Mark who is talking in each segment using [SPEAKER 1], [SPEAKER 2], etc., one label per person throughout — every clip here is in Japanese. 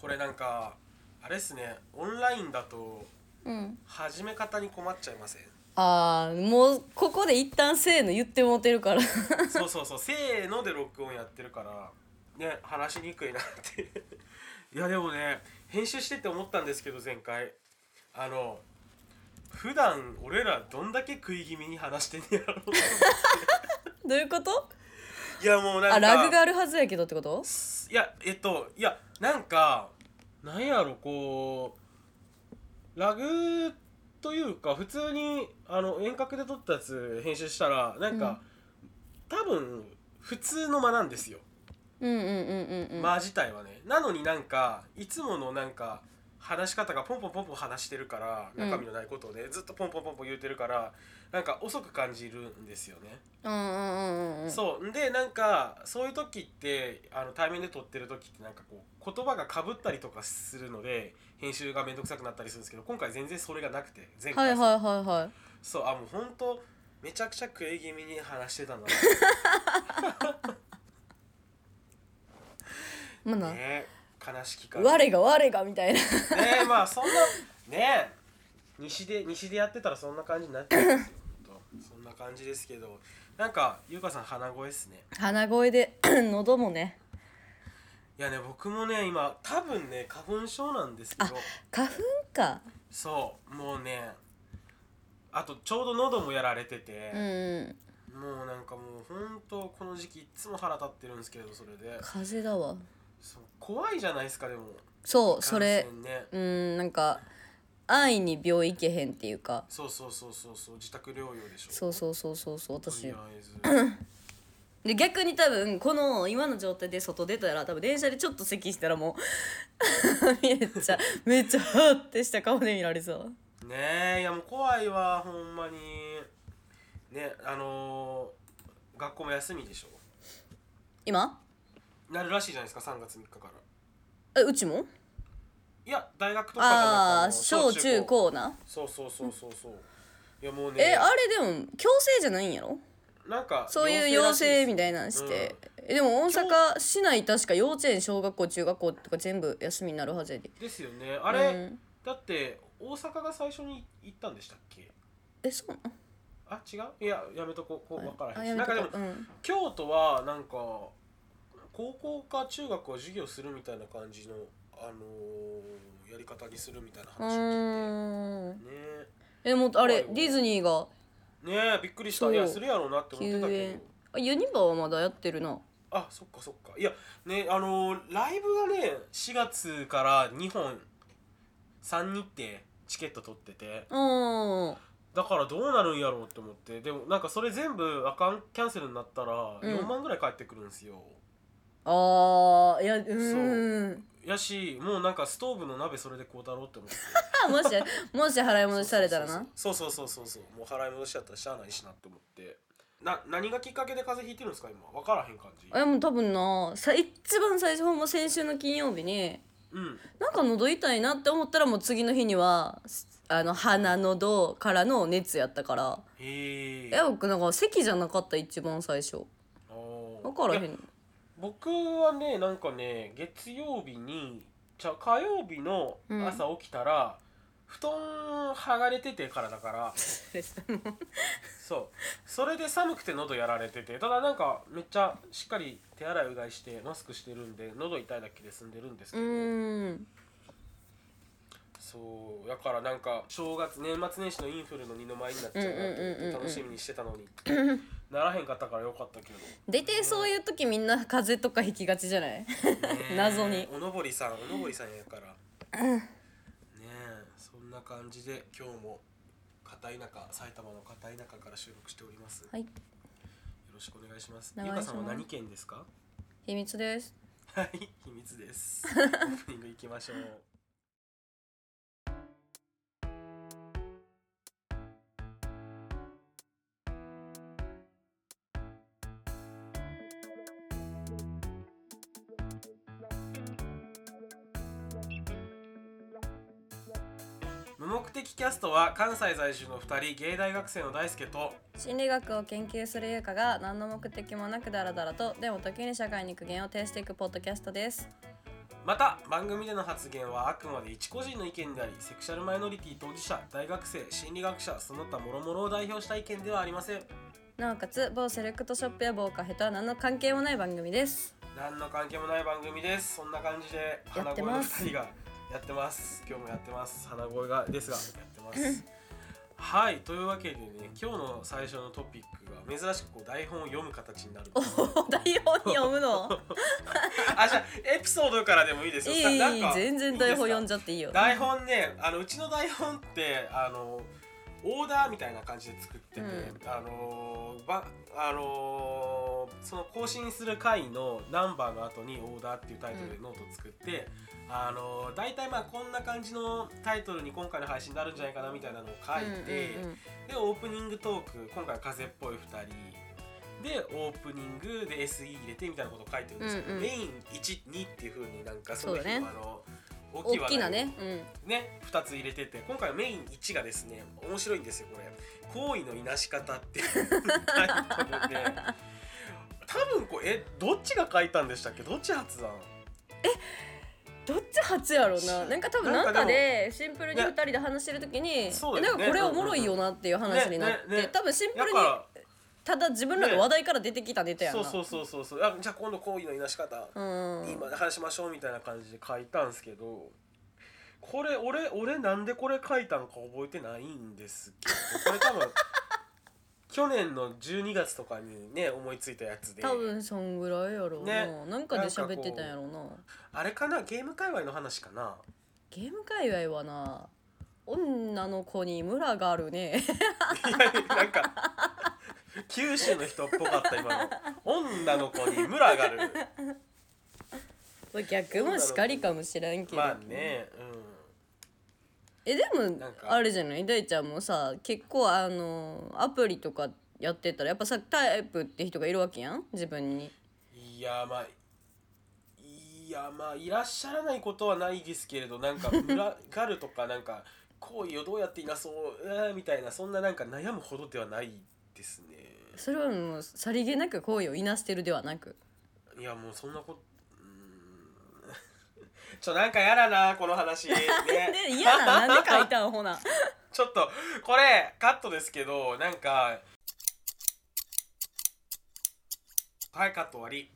[SPEAKER 1] これなんかあれですねオンラインだと
[SPEAKER 2] うん
[SPEAKER 1] 始め方に困っちゃいません
[SPEAKER 2] あーもうここで一旦せーの言ってもうてるから
[SPEAKER 1] そうそうそうせーので録音やってるからね話しにくいなって いやでもね編集してて思ったんですけど前回あの普段俺らどんだけ食い気味に話してんやろ う
[SPEAKER 2] どういうこと
[SPEAKER 1] いやもうなんか
[SPEAKER 2] あラグがあるはずやけどってこと
[SPEAKER 1] いやえっといやなんかなんやろこうラグというか普通にあの遠隔で撮ったやつ編集したらなんか、多分普通の間なんですよ
[SPEAKER 2] うんうんうんうんうん
[SPEAKER 1] 間自体はね、なのになんかいつものなんか話し方がポンポンポンポン話してるから
[SPEAKER 2] うん
[SPEAKER 1] 中身のないことをね、ずっとポンポンポンポン言うてるからなんか遅く感じるんですよね。
[SPEAKER 2] うんうんうんうん
[SPEAKER 1] そうんでなんかそういう時ってあの対面で撮ってる時ってなんかこう言葉がかぶったりとかするので編集が面倒くさくなったりするんですけど今回全然それがなくて前
[SPEAKER 2] はい
[SPEAKER 1] 回、
[SPEAKER 2] はいはいはい
[SPEAKER 1] そうあもうほんとめちゃくちゃ食い気味に話してたんだ
[SPEAKER 2] まあ
[SPEAKER 1] な
[SPEAKER 2] な
[SPEAKER 1] ね悲しきからね
[SPEAKER 2] 我が我がみたいな
[SPEAKER 1] えまあそんなねえ西で西でやってたらそんな感じになっちゃうんですよほんとそんな感じですけどなんか優香さん鼻声っすね
[SPEAKER 2] 鼻声で 喉もね
[SPEAKER 1] いやね僕もね今多分ね花粉症なんですけど
[SPEAKER 2] 花粉か
[SPEAKER 1] そうもうねあとちょうど喉もやられてて
[SPEAKER 2] う、ん
[SPEAKER 1] もうなんかもうほんとこの時期いっつも腹立ってるんですけどそれで
[SPEAKER 2] 風邪だわ
[SPEAKER 1] そう怖いじゃないですかでも
[SPEAKER 2] そうそれ
[SPEAKER 1] 感染ね
[SPEAKER 2] うんなんか安易に病院行けへんっていうか
[SPEAKER 1] そうそうそうそうそう自宅療養でしょ
[SPEAKER 2] そう
[SPEAKER 1] う
[SPEAKER 2] そうそうそうそう
[SPEAKER 1] とり
[SPEAKER 2] 私
[SPEAKER 1] あえず
[SPEAKER 2] で逆に多分この今の状態で外出たら多分電車でちょっと咳したらもう めっちゃめっちゃハッてした顔で見られそう
[SPEAKER 1] ねえいやもう怖いわほんまにねあのー学校も休みでしょ
[SPEAKER 2] 今
[SPEAKER 1] なるらしいじゃないですか3月3日から
[SPEAKER 2] えうちも
[SPEAKER 1] いや大学とかじゃなくて
[SPEAKER 2] あ
[SPEAKER 1] の
[SPEAKER 2] あ小中高な
[SPEAKER 1] そうそうそうそうそういやもうね
[SPEAKER 2] えあれでも強制じゃないんやろ
[SPEAKER 1] なんか
[SPEAKER 2] そういう要請み
[SPEAKER 1] い
[SPEAKER 2] たいなんして、えでも大阪市内確か幼稚園小学校中学校とか全部休みになるはずやで
[SPEAKER 1] なですよねあれ、
[SPEAKER 2] うん
[SPEAKER 1] だって大阪が最初に行ったんでしたっけ
[SPEAKER 2] えそうな
[SPEAKER 1] あ違ういややめとこうこう分
[SPEAKER 2] の
[SPEAKER 1] から
[SPEAKER 2] あ
[SPEAKER 1] へん
[SPEAKER 2] や
[SPEAKER 1] し
[SPEAKER 2] め
[SPEAKER 1] なん
[SPEAKER 2] と
[SPEAKER 1] かでも
[SPEAKER 2] こううん
[SPEAKER 1] 京都はなんか高校か中学は授業するみたいな感じのあのーやり方にするみたいな
[SPEAKER 2] う
[SPEAKER 1] 話を聞い
[SPEAKER 2] ーん
[SPEAKER 1] てね
[SPEAKER 2] えもうあ
[SPEAKER 1] 怖い
[SPEAKER 2] れ
[SPEAKER 1] わ
[SPEAKER 2] ディズニーが
[SPEAKER 1] ねえびっくりした
[SPEAKER 2] そう
[SPEAKER 1] いやするやろうなって思ってた
[SPEAKER 2] 休
[SPEAKER 1] け
[SPEAKER 2] 園
[SPEAKER 1] ど
[SPEAKER 2] あユニバはまだやってるな
[SPEAKER 1] あそっかそっかいやねあのーライブがね4月から2本3日ってチケット取ってて
[SPEAKER 2] うん
[SPEAKER 1] だからどうなるんやろうって思ってでもなんかそれ全部あかんキャンセルになったら
[SPEAKER 2] うん
[SPEAKER 1] 4万ぐらい返ってくるんですよ、
[SPEAKER 2] あーいやうーん
[SPEAKER 1] やしもうなんかストーブの鍋それでこうだろうって思って
[SPEAKER 2] あもし もし払い戻しされたらな
[SPEAKER 1] そうそうそうそうそうもう払い戻しちゃったらしゃあないしなって思ってな何がきっかけで風邪ひいてるんですか今分からへん感じ
[SPEAKER 2] えもう多分なさ一番最初ほんま先週の金曜日に
[SPEAKER 1] うん
[SPEAKER 2] なんか喉痛いなって思ったらもう次の日にはあの鼻喉からの熱やったから
[SPEAKER 1] へえ
[SPEAKER 2] え僕なんか咳じゃなかった一番最初分か らへん
[SPEAKER 1] 僕はねなんかね月曜日にじゃあ火曜日の朝起きたら、布団剥がれててからだからそうそれで寒くて喉やられててただなんかめっちゃしっかり手洗いうがいしてマスクしてるんで喉痛いだけで済んでるんです
[SPEAKER 2] う
[SPEAKER 1] けど、
[SPEAKER 2] ーん
[SPEAKER 1] そうだからなんか正月年末年始のインフルの二の舞になっちゃうなと思
[SPEAKER 2] うんうんうんうん
[SPEAKER 1] って
[SPEAKER 2] うん
[SPEAKER 1] 楽しみにしてたのに ならへんかったからよかったけど。
[SPEAKER 2] 大体そういう時みんな風邪とかひきがちじゃない
[SPEAKER 1] ねえ
[SPEAKER 2] 謎に
[SPEAKER 1] おのぼりさんおのぼりさんやから、ねえそんな感じで今日も片田舎埼玉の片田舎から収録しております、
[SPEAKER 2] はい
[SPEAKER 1] よろしくお願いします
[SPEAKER 2] お
[SPEAKER 1] ゆ
[SPEAKER 2] 願いし
[SPEAKER 1] か
[SPEAKER 2] ま
[SPEAKER 1] さ
[SPEAKER 2] す
[SPEAKER 1] んは何県ですか
[SPEAKER 2] 秘密です
[SPEAKER 1] はい秘密ですオープニング行きましょう無目的キャストは関西在住の2人芸大学生の大輔と
[SPEAKER 2] 心理学を研究する優香が何の目的もなくダラダラとでも時に社会に苦言を呈していくポッドキャストです
[SPEAKER 1] また番組での発言はあくまで一個人の意見でありセクシャルマイノリティ当事者大学生心理学者その他諸々を代表した意見ではありません
[SPEAKER 2] なおかつ某セレクトショップや某カフェとは何の関係もない番組です
[SPEAKER 1] 何の関係もない番組ですそんな感じで
[SPEAKER 2] や
[SPEAKER 1] 鼻
[SPEAKER 2] って
[SPEAKER 1] 声の
[SPEAKER 2] ま
[SPEAKER 1] 2
[SPEAKER 2] す
[SPEAKER 1] 人がやってます今日もやってます鼻声がですがやってます はいというわけでね今日の最初のトピックが珍しくこう台本を読む形になる
[SPEAKER 2] おー台本読 むの
[SPEAKER 1] あじゃあエピソードからでもいいです
[SPEAKER 2] い
[SPEAKER 1] よ
[SPEAKER 2] い
[SPEAKER 1] さないん
[SPEAKER 2] い
[SPEAKER 1] か
[SPEAKER 2] 全然台本読ん
[SPEAKER 1] いいです
[SPEAKER 2] じゃっていいよ
[SPEAKER 1] か台本ねあのうちの台本ってあのオーダーみたいな感じで作ってて、
[SPEAKER 2] うん
[SPEAKER 1] あのーばあのーその更新する回のナンバーの後に「オーダー」っていうタイトルでノート作って、あのー大体まあこんな感じのタイトルに今回の配信になるんじゃないかなみたいなのを書いて、
[SPEAKER 2] うんうんうん
[SPEAKER 1] でオープニングトーク今回は風っぽい2人でオープニングで SE 入れてみたいなことを書いてるんですけど、
[SPEAKER 2] うんうん
[SPEAKER 1] メイン12っていうふうになんかそ
[SPEAKER 2] そう
[SPEAKER 1] の
[SPEAKER 2] だ
[SPEAKER 1] 日
[SPEAKER 2] ね
[SPEAKER 1] のあの大きい
[SPEAKER 2] 大
[SPEAKER 1] 話題
[SPEAKER 2] きな
[SPEAKER 1] を
[SPEAKER 2] ね
[SPEAKER 1] ね、
[SPEAKER 2] うん、
[SPEAKER 1] 2つ入れてて今回はメイン1がですね面白いんですよこれ「行為のいなし方」っていうタイトルで多分これえどっちが書いたんでしたっけどっち発案
[SPEAKER 2] どっち初やろうななんか多分
[SPEAKER 1] なん
[SPEAKER 2] な
[SPEAKER 1] か
[SPEAKER 2] んかでシンプルに
[SPEAKER 1] ね
[SPEAKER 2] 2人で話してる時に、
[SPEAKER 1] そう
[SPEAKER 2] え
[SPEAKER 1] です
[SPEAKER 2] な
[SPEAKER 1] ね
[SPEAKER 2] んかこれおもろいよなっていう話になって、
[SPEAKER 1] ねねねね
[SPEAKER 2] 多分シンプル
[SPEAKER 1] だか
[SPEAKER 2] に
[SPEAKER 1] ら
[SPEAKER 2] ただ自分らの話題から出てきたネタやな、
[SPEAKER 1] そうそうそうそうそうあじゃあ今度行為のいなし方
[SPEAKER 2] うん
[SPEAKER 1] 今話しましょうみたいな感じで書いたんですけどこれ俺俺なんでこれ書いたのか覚えてないんですけどこれ多 分去年の12月とかにね思いついたやつで
[SPEAKER 2] 多分そんぐらいやろうな、
[SPEAKER 1] ね
[SPEAKER 2] なんかで喋ってたんやろうな
[SPEAKER 1] あれかなゲーム界隈の話かな
[SPEAKER 2] ゲーム界隈はな女の子に村があるね
[SPEAKER 1] いやなんか九州の人っぽかった今の女の子に村がある
[SPEAKER 2] 逆もしかりかもしれんけど、
[SPEAKER 1] まあねうん
[SPEAKER 2] えでも
[SPEAKER 1] なんか
[SPEAKER 2] あれじゃない大ちゃんもさ結構あのアプリとかやってたらやっぱさタイプって人がいるわけやん自分に
[SPEAKER 1] いやまあいやまあいらっしゃらないことはないですけれどなんか群がるとかなんか行為をどうやっていなそう、えーみたいなそんななんか悩むほどではないですね
[SPEAKER 2] それはもうさりげなく行為をいなしてるでは なく
[SPEAKER 1] いやもうそんなことうーん ちょなんかやだなこの話ね
[SPEAKER 2] で嫌ななんで書いたんほな
[SPEAKER 1] ちょっとこれカットですけどなんかはいカット終わり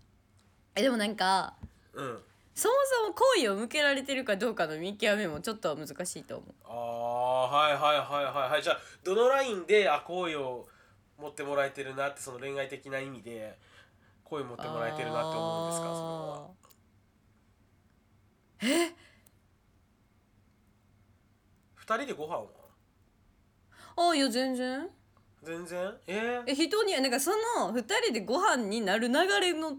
[SPEAKER 2] えでもなんか
[SPEAKER 1] うん
[SPEAKER 2] そもそも好意を向けられてるかどうかの見極めもちょっとは難しいと思う
[SPEAKER 1] ああはいはいはいはいはいじゃあどのラインであ好意を持ってもらえてるなってその恋愛的な意味で好意持ってもらえてるなって思うんですかそのは2人でご飯は
[SPEAKER 2] あーあーいや全然
[SPEAKER 1] 全然えー、
[SPEAKER 2] え人にはなんかその2人でご飯になる流れの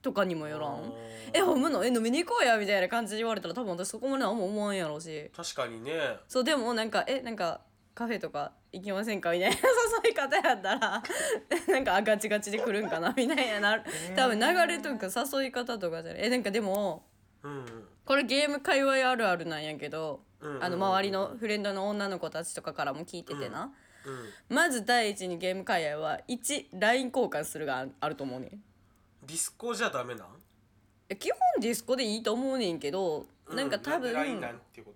[SPEAKER 2] とかにもよらんえ飲むのえ飲みに行こうやみたいな感じで言われたら多分私そこまで何も思わんやろうし
[SPEAKER 1] 確かにね
[SPEAKER 2] そうでもなんかえなんかカフェとか行きませんかみたいな誘い方やったら なんかあガチガチで来るんかなみたいな多分流れとか誘い方とかじゃないえなんかでも
[SPEAKER 1] うん
[SPEAKER 2] これゲーム界隈あるあるなんやけど、
[SPEAKER 1] うん
[SPEAKER 2] あの周りのフレンドの女の子たちとかからも聞いててな、
[SPEAKER 1] うん
[SPEAKER 2] まず第一にゲーム界隈は 1LINE 交換するがあると思うねん
[SPEAKER 1] ディスコじゃダメなん
[SPEAKER 2] え基本ディスコでいいと思うねんけど、なんか多分
[SPEAKER 1] うラインなんていうこ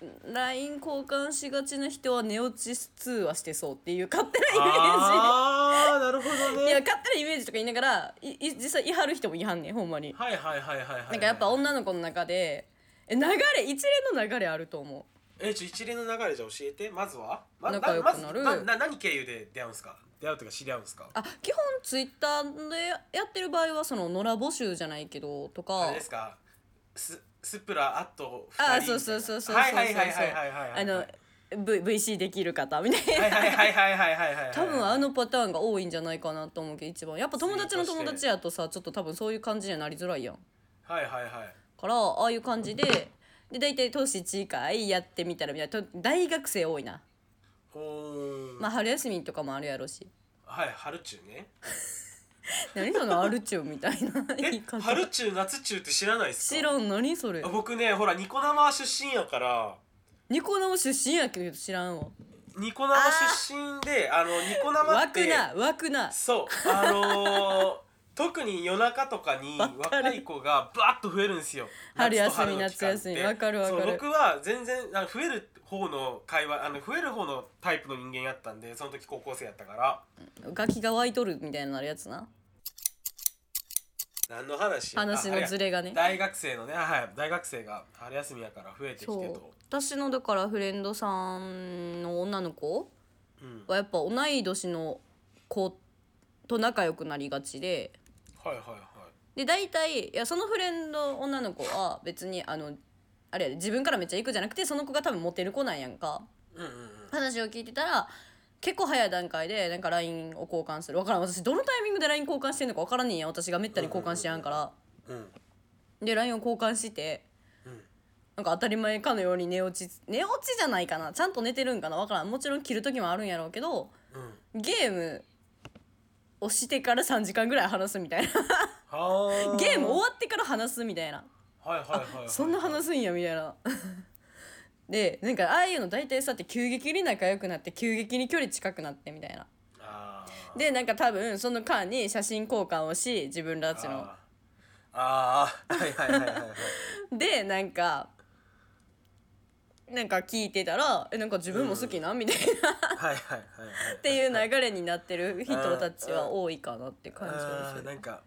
[SPEAKER 1] と
[SPEAKER 2] LINE 交換しがちな人は寝落ち通話してそうっていう勝手なイメー
[SPEAKER 1] ああなるほど
[SPEAKER 2] ジい
[SPEAKER 1] ね
[SPEAKER 2] や勝手なイメージとか言いながらいい実際言いはる人も言いはんねんほんまに、
[SPEAKER 1] はいはいはいはいはい
[SPEAKER 2] なんかやっぱ女の子の中でえ流れ一連の流れあると思う
[SPEAKER 1] えちょ一連の流れじゃ教えてまずはま
[SPEAKER 2] 仲良く
[SPEAKER 1] まず
[SPEAKER 2] なる
[SPEAKER 1] なな何経由で出会うんですか出会うというか知り合うんですか
[SPEAKER 2] あ基本ツイッターでやってる場合はその野良募集じゃないけどと
[SPEAKER 1] あ
[SPEAKER 2] か
[SPEAKER 1] れですかススプラあと二人み
[SPEAKER 2] あ
[SPEAKER 1] たいな
[SPEAKER 2] そうそうそうそうそうそう
[SPEAKER 1] はいはいはいはいはいはいはい
[SPEAKER 2] あの V- VC できる方みたいな
[SPEAKER 1] はいはいはいはいはいはいはい
[SPEAKER 2] 多分あのパターンが多いんじゃないかなと思うけど一番やっぱ友達の友達やとさちょっと多分そういう感じにはなりづらいやん
[SPEAKER 1] はいはいはい
[SPEAKER 2] からああいう感じでで大体年次回やってみたらみたいなと大学生多いな、
[SPEAKER 1] ほーん
[SPEAKER 2] まあ、春休みとかもあるやろし
[SPEAKER 1] はい春中ね
[SPEAKER 2] 何そのアルチューみたいな言い
[SPEAKER 1] え
[SPEAKER 2] 方
[SPEAKER 1] 春中夏中って知らないですか
[SPEAKER 2] 知らん何それ
[SPEAKER 1] あ僕ねほらニコ生出身やから
[SPEAKER 2] ニコ生出身やけど知らんわ
[SPEAKER 1] ニコ生出身であのニコ生っ
[SPEAKER 2] 湧
[SPEAKER 1] て
[SPEAKER 2] くな湧くな
[SPEAKER 1] そうあのー特に夜中とかに
[SPEAKER 2] わかる
[SPEAKER 1] 若い子がバーッと増えるんですよ
[SPEAKER 2] 春休
[SPEAKER 1] 夏と春
[SPEAKER 2] み
[SPEAKER 1] の期間って
[SPEAKER 2] 夏休みわかるわかる
[SPEAKER 1] そう僕は全然あの増える方の会話あの増える方のタイプの人間やったんでその時高校生やったから
[SPEAKER 2] ガキが湧いとるみたいになるやつな
[SPEAKER 1] 何の話
[SPEAKER 2] 話のズ
[SPEAKER 1] れ
[SPEAKER 2] レがね
[SPEAKER 1] 大学生のねはい大学生が春休みやから増えてきて
[SPEAKER 2] そう
[SPEAKER 1] と
[SPEAKER 2] 私のだからフレンドさんの女の子
[SPEAKER 1] うん
[SPEAKER 2] はやっぱ同い年の子と仲良くなりがちで
[SPEAKER 1] はいはいはい
[SPEAKER 2] で大体いやそのフレンド女の子は別にあのあれやで自分からめっちゃ行くじゃなくてその子が多分モテる子なんやんか
[SPEAKER 1] うんうんうん
[SPEAKER 2] 話を聞いてたら結構早い段階でなんか LINE を交換するわからん私どのタイミングで LINE 交換してんのかわからんねんや私がめったに交換しやんから
[SPEAKER 1] うん
[SPEAKER 2] で LINE を交換して
[SPEAKER 1] うん
[SPEAKER 2] なんか当たり前かのように寝落ち寝落ちじゃないかなちゃんと寝てるんかなわからんもちろん切る時もあるんやろうけど
[SPEAKER 1] うん
[SPEAKER 2] ゲームをしてから3時間ぐらい話すみたいな
[SPEAKER 1] はー
[SPEAKER 2] ゲーム終わってから話すみたいな
[SPEAKER 1] はいはいはい、はい、
[SPEAKER 2] そんな話すんやみたいな でなんかああいうの大体さって急激に仲良くなって急激に距離近くなってみたいな
[SPEAKER 1] あー
[SPEAKER 2] でなんか多分その間に写真交換をし自分たちの
[SPEAKER 1] あーあーはいはいはいはいはい
[SPEAKER 2] でなんかなんか聞いてたら「えなんか自分も好きな?」みたいな
[SPEAKER 1] はいはいはいはいっ
[SPEAKER 2] っていう流れになってる人たちは多いかなって感じがする
[SPEAKER 1] なんか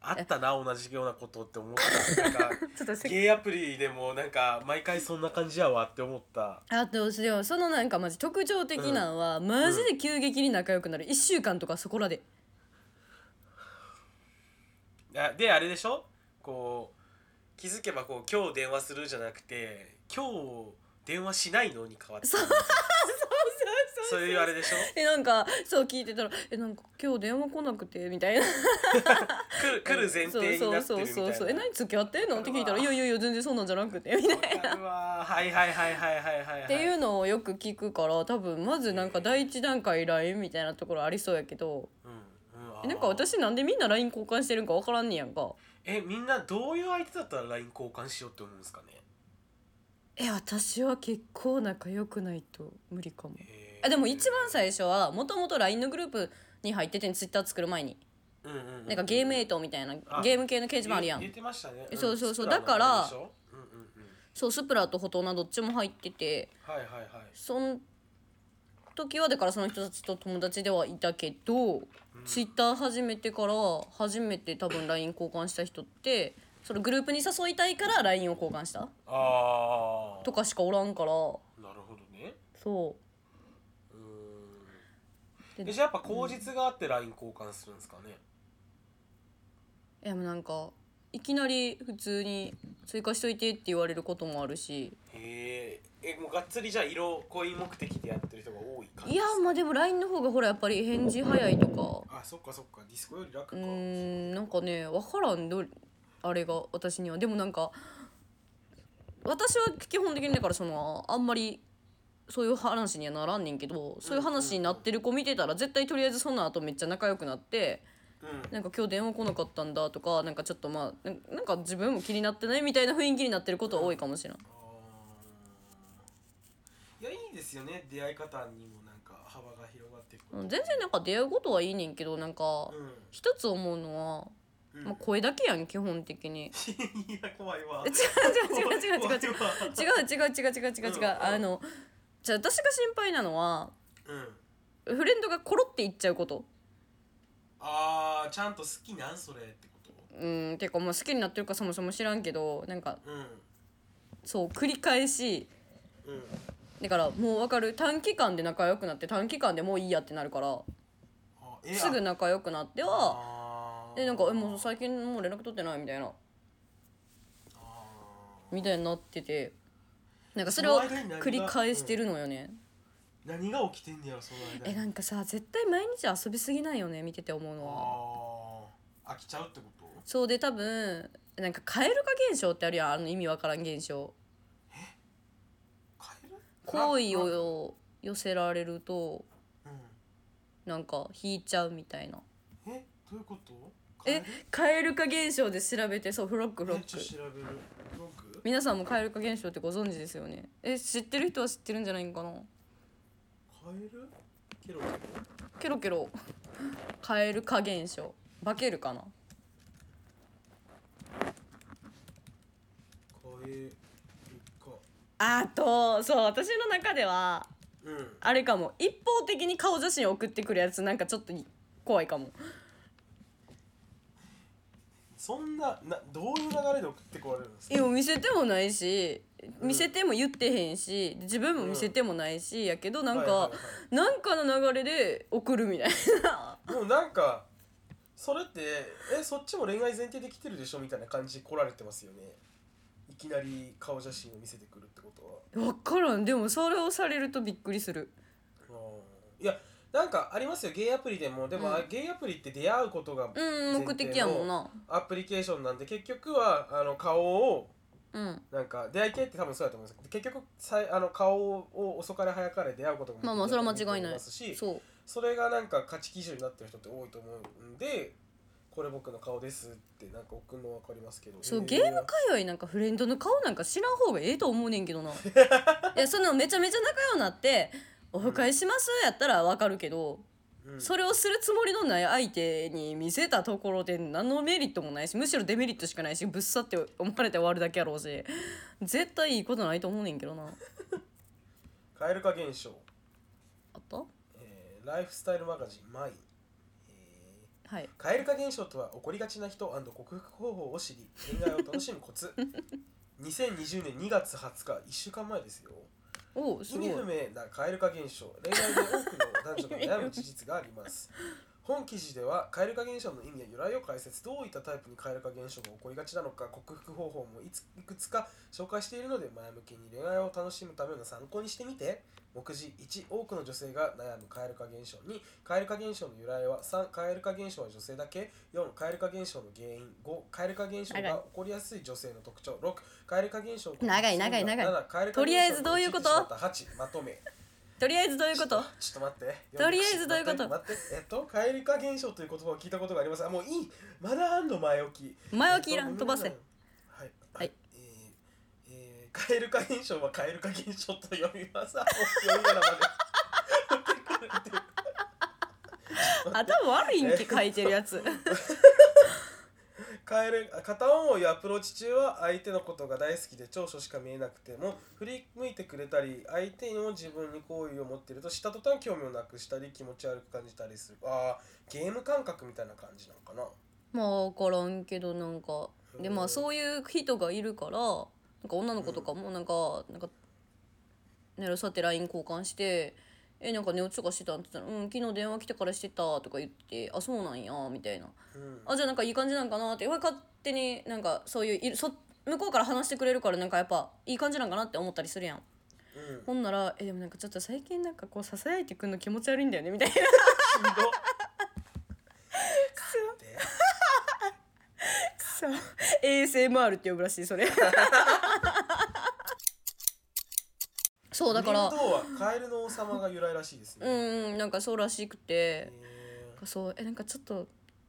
[SPEAKER 1] あったな同じようなことって思ったなんか
[SPEAKER 2] ちょっと せ
[SPEAKER 1] ゲイアプリでもなんか毎回そんな感じやわって思った
[SPEAKER 2] あとでもそのなんかマジ特徴的なのは、マジで急激に仲良くなる1週間とかそこらで
[SPEAKER 1] あであれでしょこう気づけばこう今日電話するじゃなくて今日電話しないのに変わってそうそういうあれでしょ
[SPEAKER 2] えなんかそう聞いてたら「えなんか今日電話来なくて」みたいな
[SPEAKER 1] 来る来る前提になってるみたいな
[SPEAKER 2] そうそうそうそうえ何付き合ってんの?」って聞いたら「いやいやいや全然そんなんじゃなくて」みたいな。
[SPEAKER 1] わかるわはいはいはいはいはいはいはい
[SPEAKER 2] っていうのをよく聞くから多分まずなんか第一段階 LINE みたいなところありそうやけど
[SPEAKER 1] うんうんあ
[SPEAKER 2] え
[SPEAKER 1] ー
[SPEAKER 2] なんか私なんでみんな LINE 交換してるんか分からんねやんか
[SPEAKER 1] えみんなどういう相手だったら LINE 交換しようって思うんですかね
[SPEAKER 2] え私は結構仲良くないと無理かも
[SPEAKER 1] えー
[SPEAKER 2] あでも一番最初はもともと LINE のグループに入ってて Twitter 作る前に
[SPEAKER 1] うんうんうん
[SPEAKER 2] なんかゲームエイトみたいな
[SPEAKER 1] あ
[SPEAKER 2] ゲーム系の掲示板あるや
[SPEAKER 1] 言
[SPEAKER 2] ん
[SPEAKER 1] ってましたね
[SPEAKER 2] えそうそうそう
[SPEAKER 1] スプラの
[SPEAKER 2] だから
[SPEAKER 1] あれでしょうんうんうん
[SPEAKER 2] そうスプラとフォトナどっちも入ってて
[SPEAKER 1] はいはいはい
[SPEAKER 2] そん時はだからその人たちと友達ではいたけど、ツイッター始めてから初めて多分 LINE 交換した人ってそのグループに誘いたいから LINE を交換した
[SPEAKER 1] あ
[SPEAKER 2] とかしかおらんから
[SPEAKER 1] あなるほどね
[SPEAKER 2] そう
[SPEAKER 1] ー
[SPEAKER 2] う
[SPEAKER 1] ん
[SPEAKER 2] で
[SPEAKER 1] えじゃあやっぱ口実があって LINE 交換するんですかね
[SPEAKER 2] ういやもうなんかいきなり普通に追加しといてって言われることもあるし
[SPEAKER 1] へええもうがっつりじゃあ色恋目的でやってる人が多い感
[SPEAKER 2] い
[SPEAKER 1] じ
[SPEAKER 2] やまあでも LINE の方がほらやっぱり返事早いとか。
[SPEAKER 1] あそっかそっかディスコより楽
[SPEAKER 2] う
[SPEAKER 1] か
[SPEAKER 2] ーんなんかね分からんどれあれが私にはでもなんか私は基本的にだからそのあんまりそういう話にはならんねんけどそういう話になってる子見てたら絶対とりあえずその後めっちゃ仲良くなって
[SPEAKER 1] うん
[SPEAKER 2] なんか今日電話来なかったんだとかなんかちょっとまあなんなんか自分も気になってないみたいな雰囲気になってることは多いかもしれん
[SPEAKER 1] いやいいですよね出会い方にもなんか幅が広がっていく
[SPEAKER 2] うん全然なんか出会うことはいいねんけどなんか
[SPEAKER 1] う
[SPEAKER 2] 一つ思うのは、
[SPEAKER 1] ん、うん
[SPEAKER 2] まあ、声だけやん基本的に
[SPEAKER 1] いや怖いわ
[SPEAKER 2] 違う違う違う違う違
[SPEAKER 1] 違う
[SPEAKER 2] う違う違う違う違う違う違う違う、
[SPEAKER 1] うん
[SPEAKER 2] あのじゃあ私が心配なのは
[SPEAKER 1] うん
[SPEAKER 2] フレンドがコロっていっちゃうこと
[SPEAKER 1] あーちゃんと好きなんそれってこと
[SPEAKER 2] うんていうかまあ好きになってるかそもそも知らんけどなんか
[SPEAKER 1] うん
[SPEAKER 2] そう繰り返し
[SPEAKER 1] うん
[SPEAKER 2] だからもう分かる短期間で仲良くなって短期間でもういいやってなるから
[SPEAKER 1] あえ
[SPEAKER 2] すぐ仲良くなって
[SPEAKER 1] あ
[SPEAKER 2] は
[SPEAKER 1] ー
[SPEAKER 2] でなんか「えもう最近もう連絡取ってない」みたいな
[SPEAKER 1] あー
[SPEAKER 2] みたいになっててなんかそれを繰り返してるのよね。
[SPEAKER 1] 何が起きてんねやろその間
[SPEAKER 2] えなんかさ絶対毎日遊びすぎないよね見てて思うのは。
[SPEAKER 1] あー飽きちゃうってこと
[SPEAKER 2] そうで多分なんか蛙化現象ってあるやんあの意味わからん現象
[SPEAKER 1] 変える
[SPEAKER 2] 好意
[SPEAKER 1] うん
[SPEAKER 2] を寄せられるとなんか引いちゃうみたいな
[SPEAKER 1] えどういうこと
[SPEAKER 2] え
[SPEAKER 1] 変える
[SPEAKER 2] 蛙化現象で調べてそうフロックフロ
[SPEAKER 1] めっ
[SPEAKER 2] ッ
[SPEAKER 1] ちゃ
[SPEAKER 2] ク
[SPEAKER 1] 調べるブログ
[SPEAKER 2] 皆さんも蛙化現象ってご存知ですよねえ知ってる人は知ってるんじゃないんかな
[SPEAKER 1] カエルケロケロ
[SPEAKER 2] ケロケロ蛙化現象化けるかな
[SPEAKER 1] 変えるか
[SPEAKER 2] あとそう私の中では
[SPEAKER 1] うん
[SPEAKER 2] あれかも一方的に顔写真送ってくるやつなんかちょっと怖いかも
[SPEAKER 1] そんななどういう流れで送ってこられるんです
[SPEAKER 2] い
[SPEAKER 1] か
[SPEAKER 2] や見せてもないし見せても言ってへんし自分も見せてもないし、やけどなんか、
[SPEAKER 1] はいはい
[SPEAKER 2] なんかの流れで送るみたいな
[SPEAKER 1] はいもうなんかそれってえそっちも恋愛前提で来てるでしょみたいな感じで来られてますよねいきなり顔写真を見せてくるってことは
[SPEAKER 2] 分からんでもそれをされるとびっくりする
[SPEAKER 1] いやなんかありますよゲイアプリでもでも、あ
[SPEAKER 2] うん
[SPEAKER 1] ゲイアプリって出会うことが
[SPEAKER 2] うん目的やもんな
[SPEAKER 1] アプリケーションなんで結局はあの顔を
[SPEAKER 2] うん
[SPEAKER 1] なんか出会い系って多分そうだと思うんですけど結局さいあの顔を遅かれ早かれ出会うことが目的
[SPEAKER 2] まあまあそれは
[SPEAKER 1] だと思
[SPEAKER 2] 間違いない
[SPEAKER 1] ますし
[SPEAKER 2] そう
[SPEAKER 1] それがなんか価値基準になってる人って多いと思うんでこれ僕の顔ですってなんか送るの分かりますけど
[SPEAKER 2] そう
[SPEAKER 1] え
[SPEAKER 2] ゲーム界隈なんかフレンドの顔なんか知らん方がええと思うねんけ どないやそんなめちゃめちゃ仲良くなって「お迎えします」やったらわかるけど、
[SPEAKER 1] うん
[SPEAKER 2] それをするつもりのない相手に見せたところで何のメリットもないしむしろデメリットしかないしぶっさって思われて終わるだけやろうし絶対いいことないと思うねんけどな
[SPEAKER 1] 蛙化現象、
[SPEAKER 2] あった
[SPEAKER 1] えーライフスタイルマガジン「マイ」えー
[SPEAKER 2] はい
[SPEAKER 1] 蛙化現象とは起こりがちな人克服方法を知り恋愛を楽しむコ ツ2020年2月20日1週間前ですよ
[SPEAKER 2] おうす
[SPEAKER 1] 意
[SPEAKER 2] ごい
[SPEAKER 1] 味不明な蛙化現象恋愛で多くの男女が悩む事実があり ます本記事では蛙化現象の意味や由来を解説どういったタイプに蛙化現象が起こりがちなのか克服方法もいついくつか紹介しているので前向きに恋愛を楽しむための参考にしてみて目次1多くの女性が悩む蛙化現象2蛙化現象の由来は3蛙化現象は女性だけ4蛙化現象の原因5蛙化現象が起こりやすい女性の特徴6蛙化現象を
[SPEAKER 2] 長い長い長い
[SPEAKER 1] 7蛙化現象の
[SPEAKER 2] とりあえずどういうこと
[SPEAKER 1] 一致しまった8まとめ
[SPEAKER 2] とりあえずどういう
[SPEAKER 1] ちょ
[SPEAKER 2] こ
[SPEAKER 1] っと
[SPEAKER 2] と
[SPEAKER 1] ちょっと待って。
[SPEAKER 2] とりあえずどういうこと
[SPEAKER 1] 待って待ってえっと、蛙化現象という言葉を聞いたことがあります。あ、もういい。まだあんの前置き。
[SPEAKER 2] 前置きいら
[SPEAKER 1] え
[SPEAKER 2] ん
[SPEAKER 1] っと
[SPEAKER 2] 飛ばせ
[SPEAKER 1] ごめんなさいはい。
[SPEAKER 2] はい
[SPEAKER 1] えーえー蛙化現象は蛙化現象と読みます。あもう読み仮名まで。
[SPEAKER 2] 頭悪いんけ書いてるやつ
[SPEAKER 1] 変えるあ片思いアプローチ中は相手のことが大好きで長所しか見えなくても振り向いてくれたり相手にも自分に好意を持っているとした途端興味をなくしたり気持ち悪く感じたりするあーゲーム感覚みたいな感じなのかな
[SPEAKER 2] まあ分からんけどなんかでまあそういう人がいるからなんか女の子とかもなんか、なんか寝るさって LINE 交換して「えなんか寝落ちとかしてたん?」って言ったら「うん昨日電話来てからしてた」とか言って「あそうなんや」みたいな
[SPEAKER 1] うん
[SPEAKER 2] 「あじゃあなんかいい感じなんかな」って勝手になんかそういういそ向こうから話してくれるからなんかやっぱいい感じなんかなって思ったりするやん。
[SPEAKER 1] うん
[SPEAKER 2] ほんなら「えでもなんかちょっと最近なんかこうささやいてくんの気持ち悪いんだよね」みたいな
[SPEAKER 1] しんどって
[SPEAKER 2] そう ASMR って呼ぶらしいそれ そうだから
[SPEAKER 1] 面倒はカエルの王様が由来らしいです
[SPEAKER 2] う
[SPEAKER 1] ね、
[SPEAKER 2] んうんなんかそうらしくて
[SPEAKER 1] え
[SPEAKER 2] なんかそうえなんかちょっと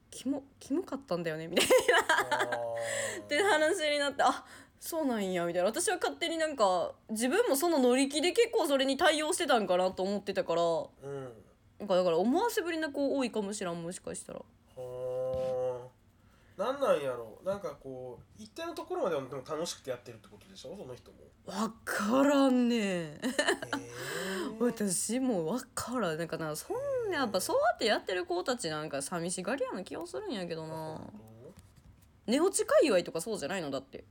[SPEAKER 2] キモキモかったんだよねみたい
[SPEAKER 1] ー
[SPEAKER 2] な
[SPEAKER 1] あー
[SPEAKER 2] って話になってあそうなんやみたいな私は勝手になんか自分もその乗り気で結構それに対応してたんかなと思ってたから
[SPEAKER 1] うん
[SPEAKER 2] なんかだから思わせぶりな子多いかもしらんもしかしたら
[SPEAKER 1] はーなんなんやろなんかこう一定のところまではでも楽しくてやってるってことでしょその人も、
[SPEAKER 2] わからんね
[SPEAKER 1] えー、
[SPEAKER 2] 私もわからんなんかなそんなやっぱそうやってやってる子たちなんか寂しがり屋な気がするんやけどな寝落ち界隈とかそうじゃないのだって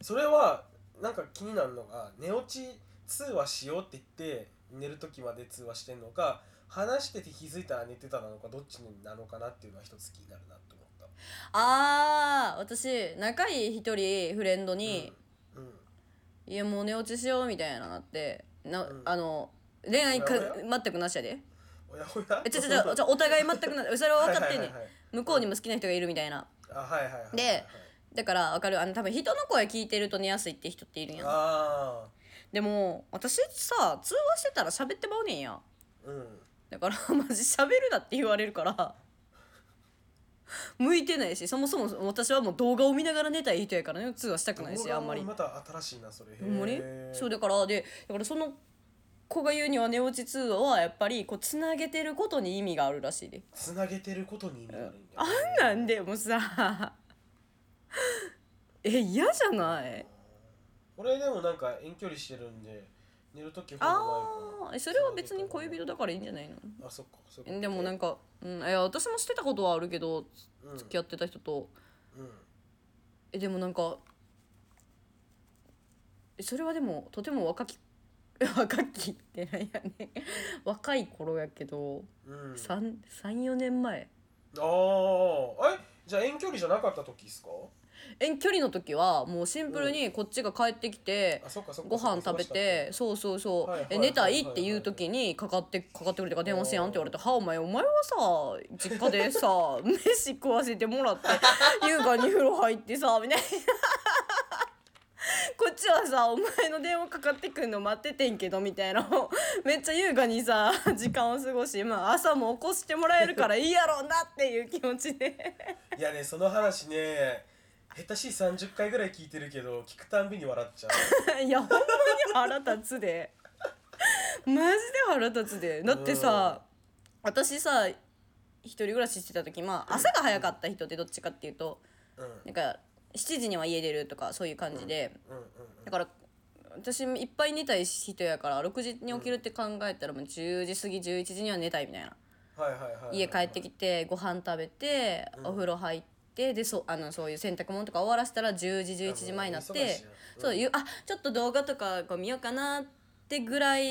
[SPEAKER 1] それはなんか気になるのが寝落ち通話しようって言って寝る時まで通話してんのか話してて気づいたら寝てたなのかどっちなのかなっていうのは一つ気になるなって思った
[SPEAKER 2] あー私仲いい一人フレンドに
[SPEAKER 1] うんうん
[SPEAKER 2] 「いやもう寝落ちしよう」みたいななってな、
[SPEAKER 1] うん
[SPEAKER 2] あの恋愛か
[SPEAKER 1] おやお
[SPEAKER 2] 全くなしやで
[SPEAKER 1] おやおや
[SPEAKER 2] えちょちょちょちょお互い全くな しそれは分かってんねん
[SPEAKER 1] はいはいはいはい
[SPEAKER 2] 向こうにも好きな人がいるみたいな
[SPEAKER 1] あはいはいはいはい
[SPEAKER 2] でだから分かるあの多分人の声聞いてると寝やすいって人っているんやん
[SPEAKER 1] あ
[SPEAKER 2] でも私さ通話してたら喋ってまうねんや
[SPEAKER 1] あうん
[SPEAKER 2] だからマジ喋るなって言われるから向いてないしそもそも私はもう動画を見ながら寝たい人やからね通話したくないしあんまり
[SPEAKER 1] また新しいなそれ
[SPEAKER 2] ほんまに
[SPEAKER 1] へー
[SPEAKER 2] そうだからでだからその子が言うには寝落ち通話はやっぱりこうつなげてることに意味があるらしいで
[SPEAKER 1] つなげてることに意味があるん
[SPEAKER 2] あんなんでもさ え嫌じゃない
[SPEAKER 1] 俺でもなんか遠距離してるんで寝る時ほぼないから
[SPEAKER 2] ああそれは別に恋人だからいいんじゃないの
[SPEAKER 1] あそっかそっか
[SPEAKER 2] でもなんか、うん、いや私もしてたことはあるけど
[SPEAKER 1] うん
[SPEAKER 2] 付き合ってた人と
[SPEAKER 1] うん
[SPEAKER 2] えでもなんかえそれはでもとても若き 若きってなんやね 若い頃やけど
[SPEAKER 1] うんあ
[SPEAKER 2] 34年前
[SPEAKER 1] あえじゃあ遠距離じゃなかった時ですか
[SPEAKER 2] 遠距離の時はもうシンプルにこっちが帰ってきて
[SPEAKER 1] あそっかそっか
[SPEAKER 2] ご飯食べてそうそうそう「え寝たい?」っていう時にかかってかかってくれてから電話せやんって言われて「はお前お前はさ実家で さ飯食わせてもらって優雅に風呂入ってさ」みたいな。こっちはさお前の電話かかってくんの待っててんけどみたいなめっちゃ優雅にさ時間を過ごし、まあ、朝も起こしてもらえるからいいやろうなっていう気持ちで
[SPEAKER 1] いやねその話ね下手しい30回ぐらい聞いてるけど聞くたんびに笑っちゃう
[SPEAKER 2] いやほんまに腹立つでマジで腹立つでだってさ、私さ一人暮らししてた時まあ朝が早かった人ってどっちかっていうと
[SPEAKER 1] うんうん
[SPEAKER 2] なんか7時には家出るとかそういう感じで、
[SPEAKER 1] うん
[SPEAKER 2] だから私いっぱい寝たい人やから6時に起きるって考えたらもう10時過ぎ11時には寝たいみたいな
[SPEAKER 1] うんはいはいはいはい、
[SPEAKER 2] 家帰ってきてご飯食べて
[SPEAKER 1] うん
[SPEAKER 2] お風呂入ってでそうあのそういう洗濯物とか終わらせたら10時11時前になっ
[SPEAKER 1] あもう忙
[SPEAKER 2] て
[SPEAKER 1] しいなうん
[SPEAKER 2] そういうあちょっと動画とかこう見ようかなってぐらい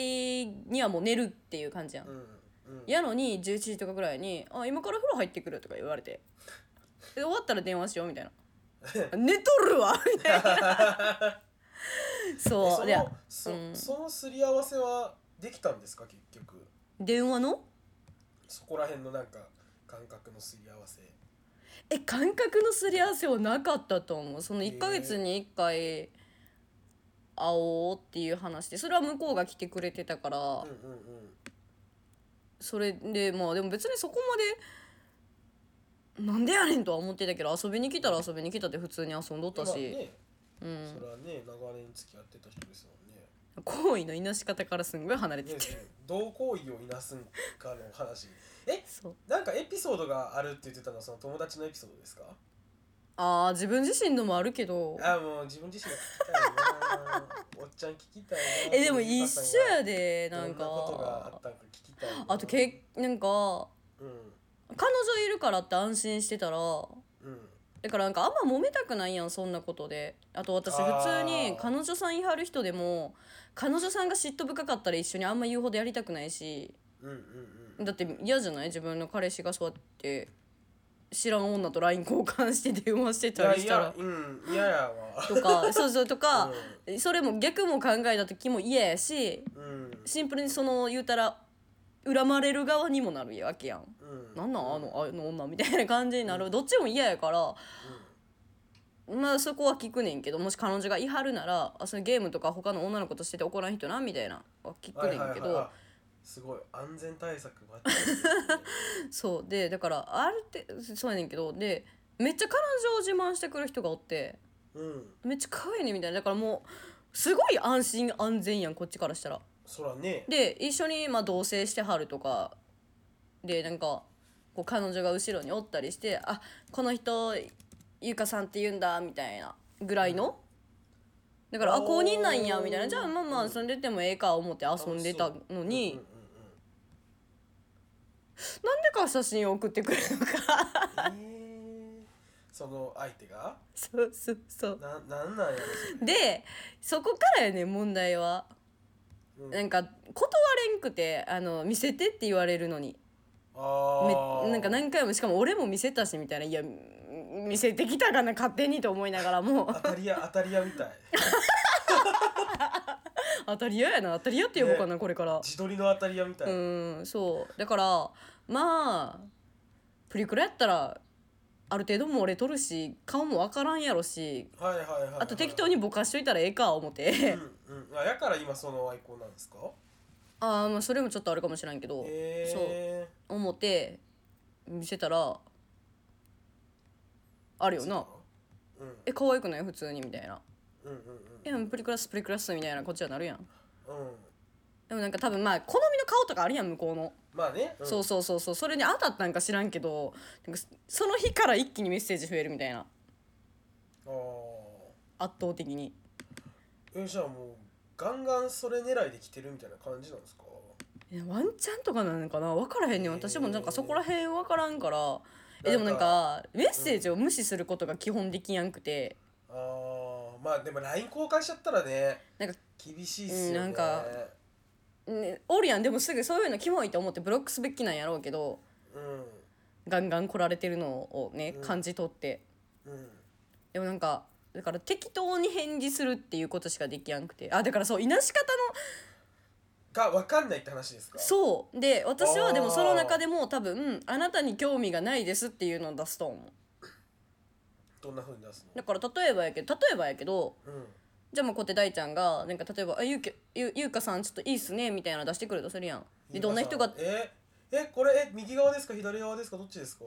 [SPEAKER 2] にはもう寝るっていう感じやん
[SPEAKER 1] うんうん
[SPEAKER 2] やのに11時とかぐらいに「あ今から風呂入ってくる」とか言われて「で終わったら電話しよう」み たいな「寝とるわ」みたいな
[SPEAKER 1] え
[SPEAKER 2] そう
[SPEAKER 1] そ
[SPEAKER 2] で
[SPEAKER 1] のそ,、
[SPEAKER 2] うん
[SPEAKER 1] そのすり合わせはできたんですか結局
[SPEAKER 2] 電話の
[SPEAKER 1] そこら辺のなんか感覚のすり合わせ
[SPEAKER 2] え感覚のすり合わせはなかったと思うその
[SPEAKER 1] へえ
[SPEAKER 2] 1ヶ月に1回会おうっていう話でそれは向こうが来てくれてたから、
[SPEAKER 1] うんうんうん
[SPEAKER 2] それでまあでも別にそこまでなんでやねんとは思ってたけど遊びに来たら遊びに来たって普通に遊んどった
[SPEAKER 1] まあ
[SPEAKER 2] し、
[SPEAKER 1] ね、
[SPEAKER 2] うん
[SPEAKER 1] それはね長年付き合ってた人ですもんね
[SPEAKER 2] 行為のいなし方からすんごい離れて
[SPEAKER 1] ね
[SPEAKER 2] て、
[SPEAKER 1] ね同行為をいなすんかの話え
[SPEAKER 2] そう
[SPEAKER 1] なんかエピソードがあるって言ってたのはその友達のエピソードですか
[SPEAKER 2] ああ自分自身のもあるけど
[SPEAKER 1] あもう自分自身が聞きたいな おっちゃん聞きたいな
[SPEAKER 2] えでも一緒やで
[SPEAKER 1] な
[SPEAKER 2] なんん
[SPEAKER 1] かどんなことがあっ
[SPEAKER 2] か
[SPEAKER 1] たんか聞きたいな
[SPEAKER 2] あとけなんか
[SPEAKER 1] うん
[SPEAKER 2] 彼女いるからって安心してたら
[SPEAKER 1] うん
[SPEAKER 2] だからなんかあんま揉めたくないやんそんなことであと私普通に
[SPEAKER 1] あー
[SPEAKER 2] 彼女さんいはる人でも彼女さんが嫉妬深かったら一緒にあんま言うほどやりたくないし
[SPEAKER 1] うんうんうん
[SPEAKER 2] だって嫌じゃない自分の彼氏がそうやって知らん女と LINE 交換して電話して
[SPEAKER 1] い
[SPEAKER 2] た
[SPEAKER 1] や
[SPEAKER 2] り
[SPEAKER 1] い
[SPEAKER 2] した
[SPEAKER 1] や
[SPEAKER 2] ら
[SPEAKER 1] うん嫌やわ
[SPEAKER 2] とかそうそうとか、
[SPEAKER 1] う
[SPEAKER 2] それも逆も考えた時も嫌やし
[SPEAKER 1] んうん
[SPEAKER 2] シンプルにその言うたら恨まれる側にもなるわけやん。
[SPEAKER 1] うん
[SPEAKER 2] なんなんあのあの女みたいな感じになるどっちも嫌やからまあそこは聞くねんけどもし彼女が言いはるならあそのゲームとか他の女の子としてて怒らん人なみたいなは聞くねんけど
[SPEAKER 1] あすごい安全対策ばっちりですね
[SPEAKER 2] そうでだからあるってそうやねんけどでめっちゃ彼女を自慢してくる人がおって
[SPEAKER 1] うん
[SPEAKER 2] めっちゃ可愛いねみたいなだからもうすごい安心安全やんこっちからしたら。
[SPEAKER 1] そらね
[SPEAKER 2] で一緒にまあ同棲してはるとかでなんかこう彼女が後ろにおったりして「あこの人ゆかさんって言うんだ」みたいなぐらいの、だから「あ
[SPEAKER 1] おー
[SPEAKER 2] 公認なんや」みたいな「じゃあまあま
[SPEAKER 1] う
[SPEAKER 2] あ
[SPEAKER 1] ん
[SPEAKER 2] 遊んでてもええか」思って遊んでたのに、
[SPEAKER 1] うんうん
[SPEAKER 2] なんでか写真を送ってくれるのか
[SPEAKER 1] うんうんえーその相手が
[SPEAKER 2] そうそうそう
[SPEAKER 1] ななんなんやろ
[SPEAKER 2] でそこからやね問題は
[SPEAKER 1] それうん
[SPEAKER 2] なんか断れんくてあの見せてって言われるのに
[SPEAKER 1] あ
[SPEAKER 2] め
[SPEAKER 1] ー
[SPEAKER 2] なんか何回もしかも俺も見せたしみたいないやん見せてきたかな勝手にと思いながら も
[SPEAKER 1] 当
[SPEAKER 2] う
[SPEAKER 1] たり屋当たり屋みたい
[SPEAKER 2] 当たり屋やな当たり屋って呼ぼうかな、これから
[SPEAKER 1] 自撮りの当たり屋みたいうな、
[SPEAKER 2] んそうだからまあプリクラやったらある程度も俺撮るし顔もわからんやろし
[SPEAKER 1] はいはいはい、はい、
[SPEAKER 2] あと適当にぼかしといたらええか思って、
[SPEAKER 1] うんうんあやから今そのアイコンなんですか
[SPEAKER 2] ああまあそれもちょっとあるかもしれんけど、
[SPEAKER 1] え
[SPEAKER 2] そう思って見せたらある
[SPEAKER 1] ー、
[SPEAKER 2] よな
[SPEAKER 1] そううん
[SPEAKER 2] え可愛くない普通にみたいな
[SPEAKER 1] うんうん
[SPEAKER 2] いやプリクラスプリクラスみたいなこっちはなるやん
[SPEAKER 1] うんうん
[SPEAKER 2] でもなんか多分まあ好みの顔とかあるやん向こうの、
[SPEAKER 1] まあね、うん
[SPEAKER 2] そうそうそうそうそれに当たったんか知らんけどなんかその日から一気にメッセージ増えるみたいな
[SPEAKER 1] あ
[SPEAKER 2] 圧倒的に
[SPEAKER 1] ーえじゃあもうガンガンそれ狙いで来てるみたいな感じなんですか
[SPEAKER 2] いやワンチャンとかなのかな分からへんねん
[SPEAKER 1] へー
[SPEAKER 2] 私もなんかそこら辺分からんからえでもなんかメッセージを無視することが基本できやんくて
[SPEAKER 1] あーまあでも LINE 交換しちゃったらね
[SPEAKER 2] なんか
[SPEAKER 1] 厳しいっすよね、
[SPEAKER 2] うんなんかねおるやんでもすぐそういうのキモいと思ってブロックすべきなんやろうけど
[SPEAKER 1] う
[SPEAKER 2] ガンガン来られてるのをね
[SPEAKER 1] うん
[SPEAKER 2] 感じ取って
[SPEAKER 1] んうん
[SPEAKER 2] でもなんかだから適当に返事するっていうことしかできやんくてあだからそういなし方の
[SPEAKER 1] が分かんないって話ですか
[SPEAKER 2] そうで私はでも
[SPEAKER 1] あー
[SPEAKER 2] その中でも多分あなたに興味がないですっていうのを出すと思う
[SPEAKER 1] どんなふうに出す
[SPEAKER 2] だから例えばやけど例えばやけど
[SPEAKER 1] のうん
[SPEAKER 2] じゃあもうこうやって大ちゃんがなんか例えばあゆうきゆゆうかさんちょっといいっすねみたいなの出してくるとするやんでどんな人が
[SPEAKER 1] ええこれえ右側ですか左側ですかどっちですか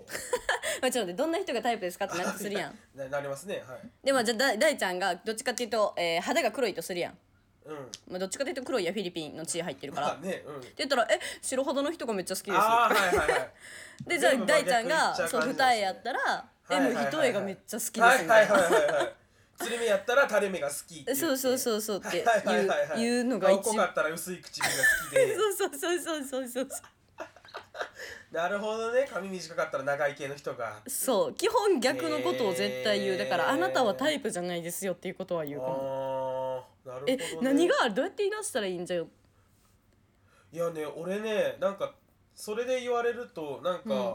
[SPEAKER 2] まあちょっと待ってどんな人がタイプですかってなるとするやん
[SPEAKER 1] ななりますねはい
[SPEAKER 2] でまあじゃあだ大ちゃんがどっちかっていうと、えー肌が黒いとするやん、
[SPEAKER 1] うん
[SPEAKER 2] まあ、どっちかっていうと黒いやフィリピンの血入ってるから
[SPEAKER 1] まあ
[SPEAKER 2] って
[SPEAKER 1] ねうん
[SPEAKER 2] 言ったら「え白肌の人がめっちゃ好きです」
[SPEAKER 1] ああはいはいはい
[SPEAKER 2] でじゃあ
[SPEAKER 1] 全部
[SPEAKER 2] 大ちゃんが
[SPEAKER 1] 真逆
[SPEAKER 2] そう
[SPEAKER 1] いっちゃう感じですね
[SPEAKER 2] 二重やったら「えもう一重がめっちゃ好きです」み
[SPEAKER 1] は
[SPEAKER 2] た
[SPEAKER 1] い
[SPEAKER 2] い
[SPEAKER 1] はいはい
[SPEAKER 2] な。
[SPEAKER 1] はいはいはい釣り目やったら垂れ目が好きって言って
[SPEAKER 2] そうそうそうそうって
[SPEAKER 1] はいはいはいはい
[SPEAKER 2] 言う言うのが一
[SPEAKER 1] 顔濃かったら薄い唇が好きで
[SPEAKER 2] そうそうそうそうそうそう
[SPEAKER 1] なるほどね髪短かったら長い系の人が
[SPEAKER 2] そう基本逆のことを絶対言うだか
[SPEAKER 1] へ
[SPEAKER 2] ら
[SPEAKER 1] ー
[SPEAKER 2] あなたはタイプじゃないですよっていうことは言うかも
[SPEAKER 1] ああなるほど、
[SPEAKER 2] え
[SPEAKER 1] ね、
[SPEAKER 2] 何があるどうやって言い出したらいいんじゃよ
[SPEAKER 1] いやね俺ねなんかそれで言われるとなんか、
[SPEAKER 2] うん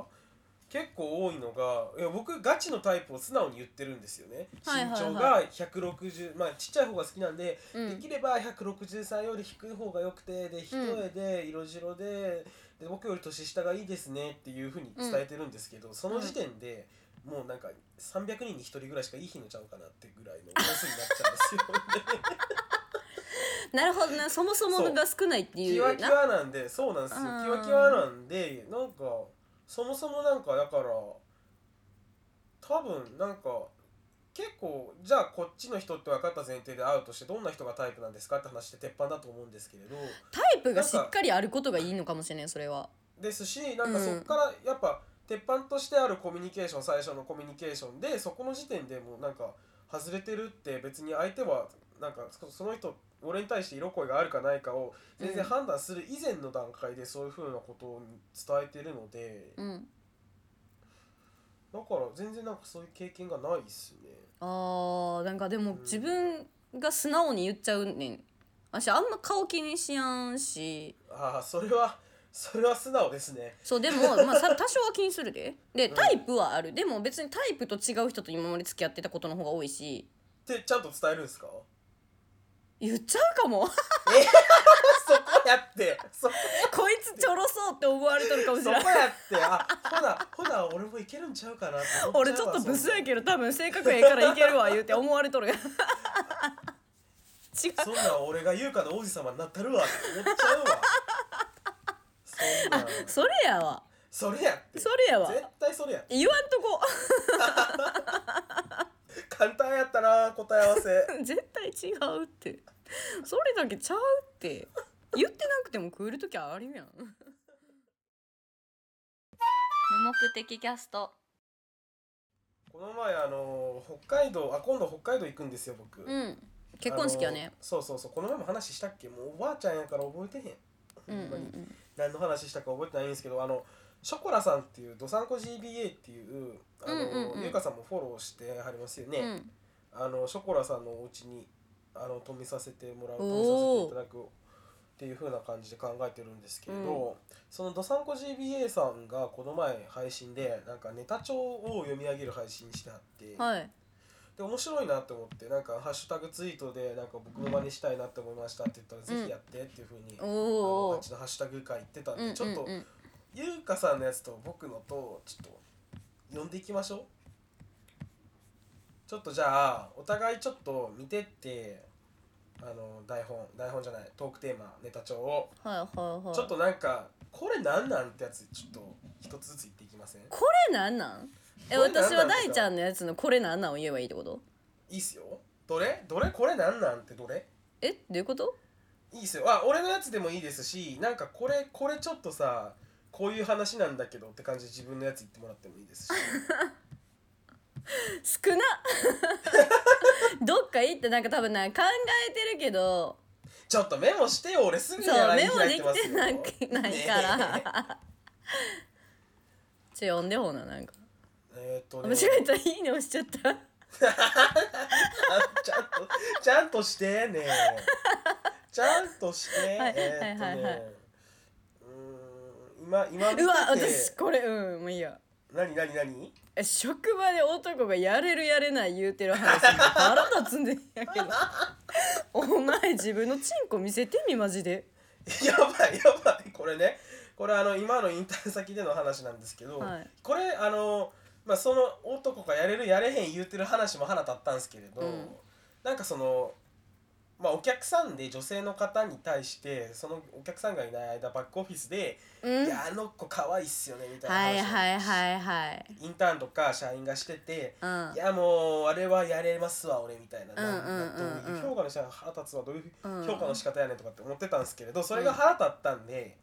[SPEAKER 1] 結構多いのがいや僕ガチのタイプを素直に言ってるんですよね、
[SPEAKER 2] はいはいはい
[SPEAKER 1] 身長が160まあちっちゃい方が好きなんで、
[SPEAKER 2] うん
[SPEAKER 1] できれば163より低い方が良くてで一重で色白でで僕より年下がいいですねっていうふうに伝えてるんですけど、その時点で、もうなんか300人に1人ぐらいしかいい日のちゃうかなってぐらいのコースになっちゃ うんですよ。
[SPEAKER 2] なるほどなそもそものが少ないってい
[SPEAKER 1] キワ
[SPEAKER 2] う
[SPEAKER 1] キ
[SPEAKER 2] な
[SPEAKER 1] ワなんでそうなんですよ
[SPEAKER 2] うん
[SPEAKER 1] キワキワなんでなんかそもそもなんかだから多分なんか結構じゃあこっちの人って分かった前提で会うとしてどんな人がタイプなんですかって話って鉄板だと思うんですけれど
[SPEAKER 2] タイプがしっかりあることがいいのかもしれないそれは
[SPEAKER 1] ですしなんか
[SPEAKER 2] うん
[SPEAKER 1] そっからやっぱ鉄板としてあるコミュニケーション最初のコミュニケーションでそこの時点でもうなんか外れてるって別に相手はなんかそその人俺に対して色恋があるかないかを全然
[SPEAKER 2] うん
[SPEAKER 1] 判断する以前の段階でそういうふうなことを伝えてるので、
[SPEAKER 2] うん
[SPEAKER 1] だから全然なんかそういう経験がないっすね。
[SPEAKER 2] あーなんかでも自分が素直に言っちゃうねん私あんま顔気にしやんし
[SPEAKER 1] ああそれはそれは素直ですね。
[SPEAKER 2] そうでも、 まあ、さ多少は気にするででタイプはあるでも別にタイプと違う人と今まで付き合ってたことの方が多いし
[SPEAKER 1] ってちゃんと伝えるんですか
[SPEAKER 2] 言っちゃうかも
[SPEAKER 1] そこやってそこ
[SPEAKER 2] こいつちょろそうって思われとるかもし
[SPEAKER 1] そ
[SPEAKER 2] れ
[SPEAKER 1] こ
[SPEAKER 2] な
[SPEAKER 1] や
[SPEAKER 2] い
[SPEAKER 1] ってあほなほな俺もいけるんちゃうかなって思
[SPEAKER 2] 俺
[SPEAKER 1] ゃう
[SPEAKER 2] ちょっ
[SPEAKER 1] わ
[SPEAKER 2] とブスやけど多分性格
[SPEAKER 1] え
[SPEAKER 2] ええ
[SPEAKER 1] え
[SPEAKER 2] か
[SPEAKER 1] からら
[SPEAKER 2] い
[SPEAKER 1] い
[SPEAKER 2] けるわ言うて思われと る違う
[SPEAKER 1] そんなんそんなん俺が優香の王子様になったるわって思っちゃうわそんなん
[SPEAKER 2] それやわ
[SPEAKER 1] それやって
[SPEAKER 2] それやわ
[SPEAKER 1] 絶対それやって
[SPEAKER 2] 言わんとこ
[SPEAKER 1] 簡単やったな答え合わせ
[SPEAKER 2] 絶対違うってそれだけちゃうって言ってなくても食える時はあるやん無目的キャスト
[SPEAKER 1] この前あの北海道あ今度北海道行くんですよ僕、
[SPEAKER 2] うん結婚式は
[SPEAKER 1] あ
[SPEAKER 2] ね
[SPEAKER 1] のそうそうそうこの前も話したっけもうおばあちゃんやから覚えてへん
[SPEAKER 2] うんう
[SPEAKER 1] ほ
[SPEAKER 2] ん
[SPEAKER 1] んまに
[SPEAKER 2] うん
[SPEAKER 1] 何の話したか覚えてないんですけどあのショコラさんっていうどさんこ GBA っていうあの、
[SPEAKER 2] うんうんうん
[SPEAKER 1] ゆうかさんもフォローしてはりますよね、
[SPEAKER 2] うん
[SPEAKER 1] あのショコラさんのお家にあの泊めさせてもらう泊
[SPEAKER 2] お
[SPEAKER 1] め
[SPEAKER 2] ー
[SPEAKER 1] させていただくっていう風な感じで考えてるんですけれど、そのどさんこ GBA さんがこの前配信でなんかネタ帳を読み上げる配信してあって、
[SPEAKER 2] はい
[SPEAKER 1] で面白いなって思ってなんかハッシュタグツイートでなんか僕も真似したいなって思いましたって言ったら、
[SPEAKER 2] うん
[SPEAKER 1] ぜひやってっていう風に、
[SPEAKER 2] お
[SPEAKER 1] あ
[SPEAKER 2] お
[SPEAKER 1] のあっ
[SPEAKER 2] お
[SPEAKER 1] ちのハッシュタグ会言ってたんで、
[SPEAKER 2] うんうん
[SPEAKER 1] ちょっと
[SPEAKER 2] うん
[SPEAKER 1] ゆうかさんのやつと僕のとちょっと読んでいきましょうちょっとじゃあお互いちょっと見てってあの台本台本じゃないトークテーマネタ帳を
[SPEAKER 2] はいはいはい
[SPEAKER 1] ちょっとなんかこれなんなんってやつちょっと一つずつ言っていきません
[SPEAKER 2] これなんなんえ
[SPEAKER 1] これなんなん
[SPEAKER 2] 私は大ちゃんのやつのこれなんなんを言えばいいってこと
[SPEAKER 1] いいっすよどれどれこれなんなんってどれ
[SPEAKER 2] えどういうこと
[SPEAKER 1] いいっすよあ俺のやつでもいいですしなんかこれこれちょっとさこういう話なんだけどって感じで自分のやつ言ってもらってもいいですし
[SPEAKER 2] 少な どっか行ってなんか多分な考えてるけど
[SPEAKER 1] ちょっとメモしてよ俺すぐに
[SPEAKER 2] そう
[SPEAKER 1] LINE
[SPEAKER 2] メモで
[SPEAKER 1] 開いてま
[SPEAKER 2] き
[SPEAKER 1] す
[SPEAKER 2] て
[SPEAKER 1] よ
[SPEAKER 2] ないないからちょ読んでほななんか
[SPEAKER 1] えーっとね
[SPEAKER 2] 間違えた「いいね」押しちゃ った
[SPEAKER 1] あちゃんとちゃんとして ねちゃんとして、
[SPEAKER 2] はい
[SPEAKER 1] えーっと
[SPEAKER 2] はいはいはい
[SPEAKER 1] ねうーん今今見てて
[SPEAKER 2] うわ私これうんもういいや
[SPEAKER 1] 何何何
[SPEAKER 2] え職場で男がやれるやれない言うてる話に腹立つんでんやけどお前自分のチンコ見せてみマジで
[SPEAKER 1] やばいやばいこれねこれあの今のインターン先での話なんですけど、
[SPEAKER 2] はい
[SPEAKER 1] これあの、まあ、その男がやれるやれへん言うてる話も腹立ったんですけれど、
[SPEAKER 2] うん
[SPEAKER 1] なんかその、まあ、お客さんで女性の方に対してそのお客さんがいない間バックオフィスで「
[SPEAKER 2] うん
[SPEAKER 1] いやあの子可愛いっすよね」みたいな
[SPEAKER 2] は
[SPEAKER 1] を
[SPEAKER 2] いはいはいはい
[SPEAKER 1] インターンとか社員がしてて
[SPEAKER 2] う
[SPEAKER 1] 「いやもうあれはやれますわ俺」みたいな,な、
[SPEAKER 2] うんうんうんうん
[SPEAKER 1] どういう評価の仕方腹立つはどういう
[SPEAKER 2] うん
[SPEAKER 1] 評価の仕方やねんとかって思ってたんですけれどそれが腹立ったんで、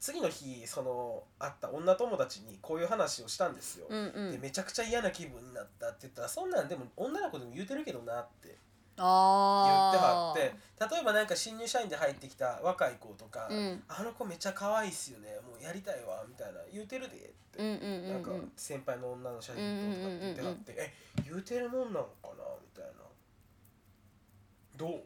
[SPEAKER 1] 次の日その会った女友達にこういう話をしたんですよ。
[SPEAKER 2] んうんう
[SPEAKER 1] で
[SPEAKER 2] ん
[SPEAKER 1] めちゃくちゃ嫌な気分になったって言ったらそんなんでも女の子でも言うてるけどなって言ってはっ
[SPEAKER 2] ああ
[SPEAKER 1] て例えばなんか新入社員で入ってきた若い子とか「
[SPEAKER 2] うん
[SPEAKER 1] あの子めっちゃ可愛いっすよねもうやりたいわ」みたいな言うてるでって
[SPEAKER 2] うんうん
[SPEAKER 1] なん
[SPEAKER 2] う
[SPEAKER 1] か
[SPEAKER 2] んうん
[SPEAKER 1] 先輩の女の社員とかって言ってはって「え言うてるもんなのかな?」みたいな「どう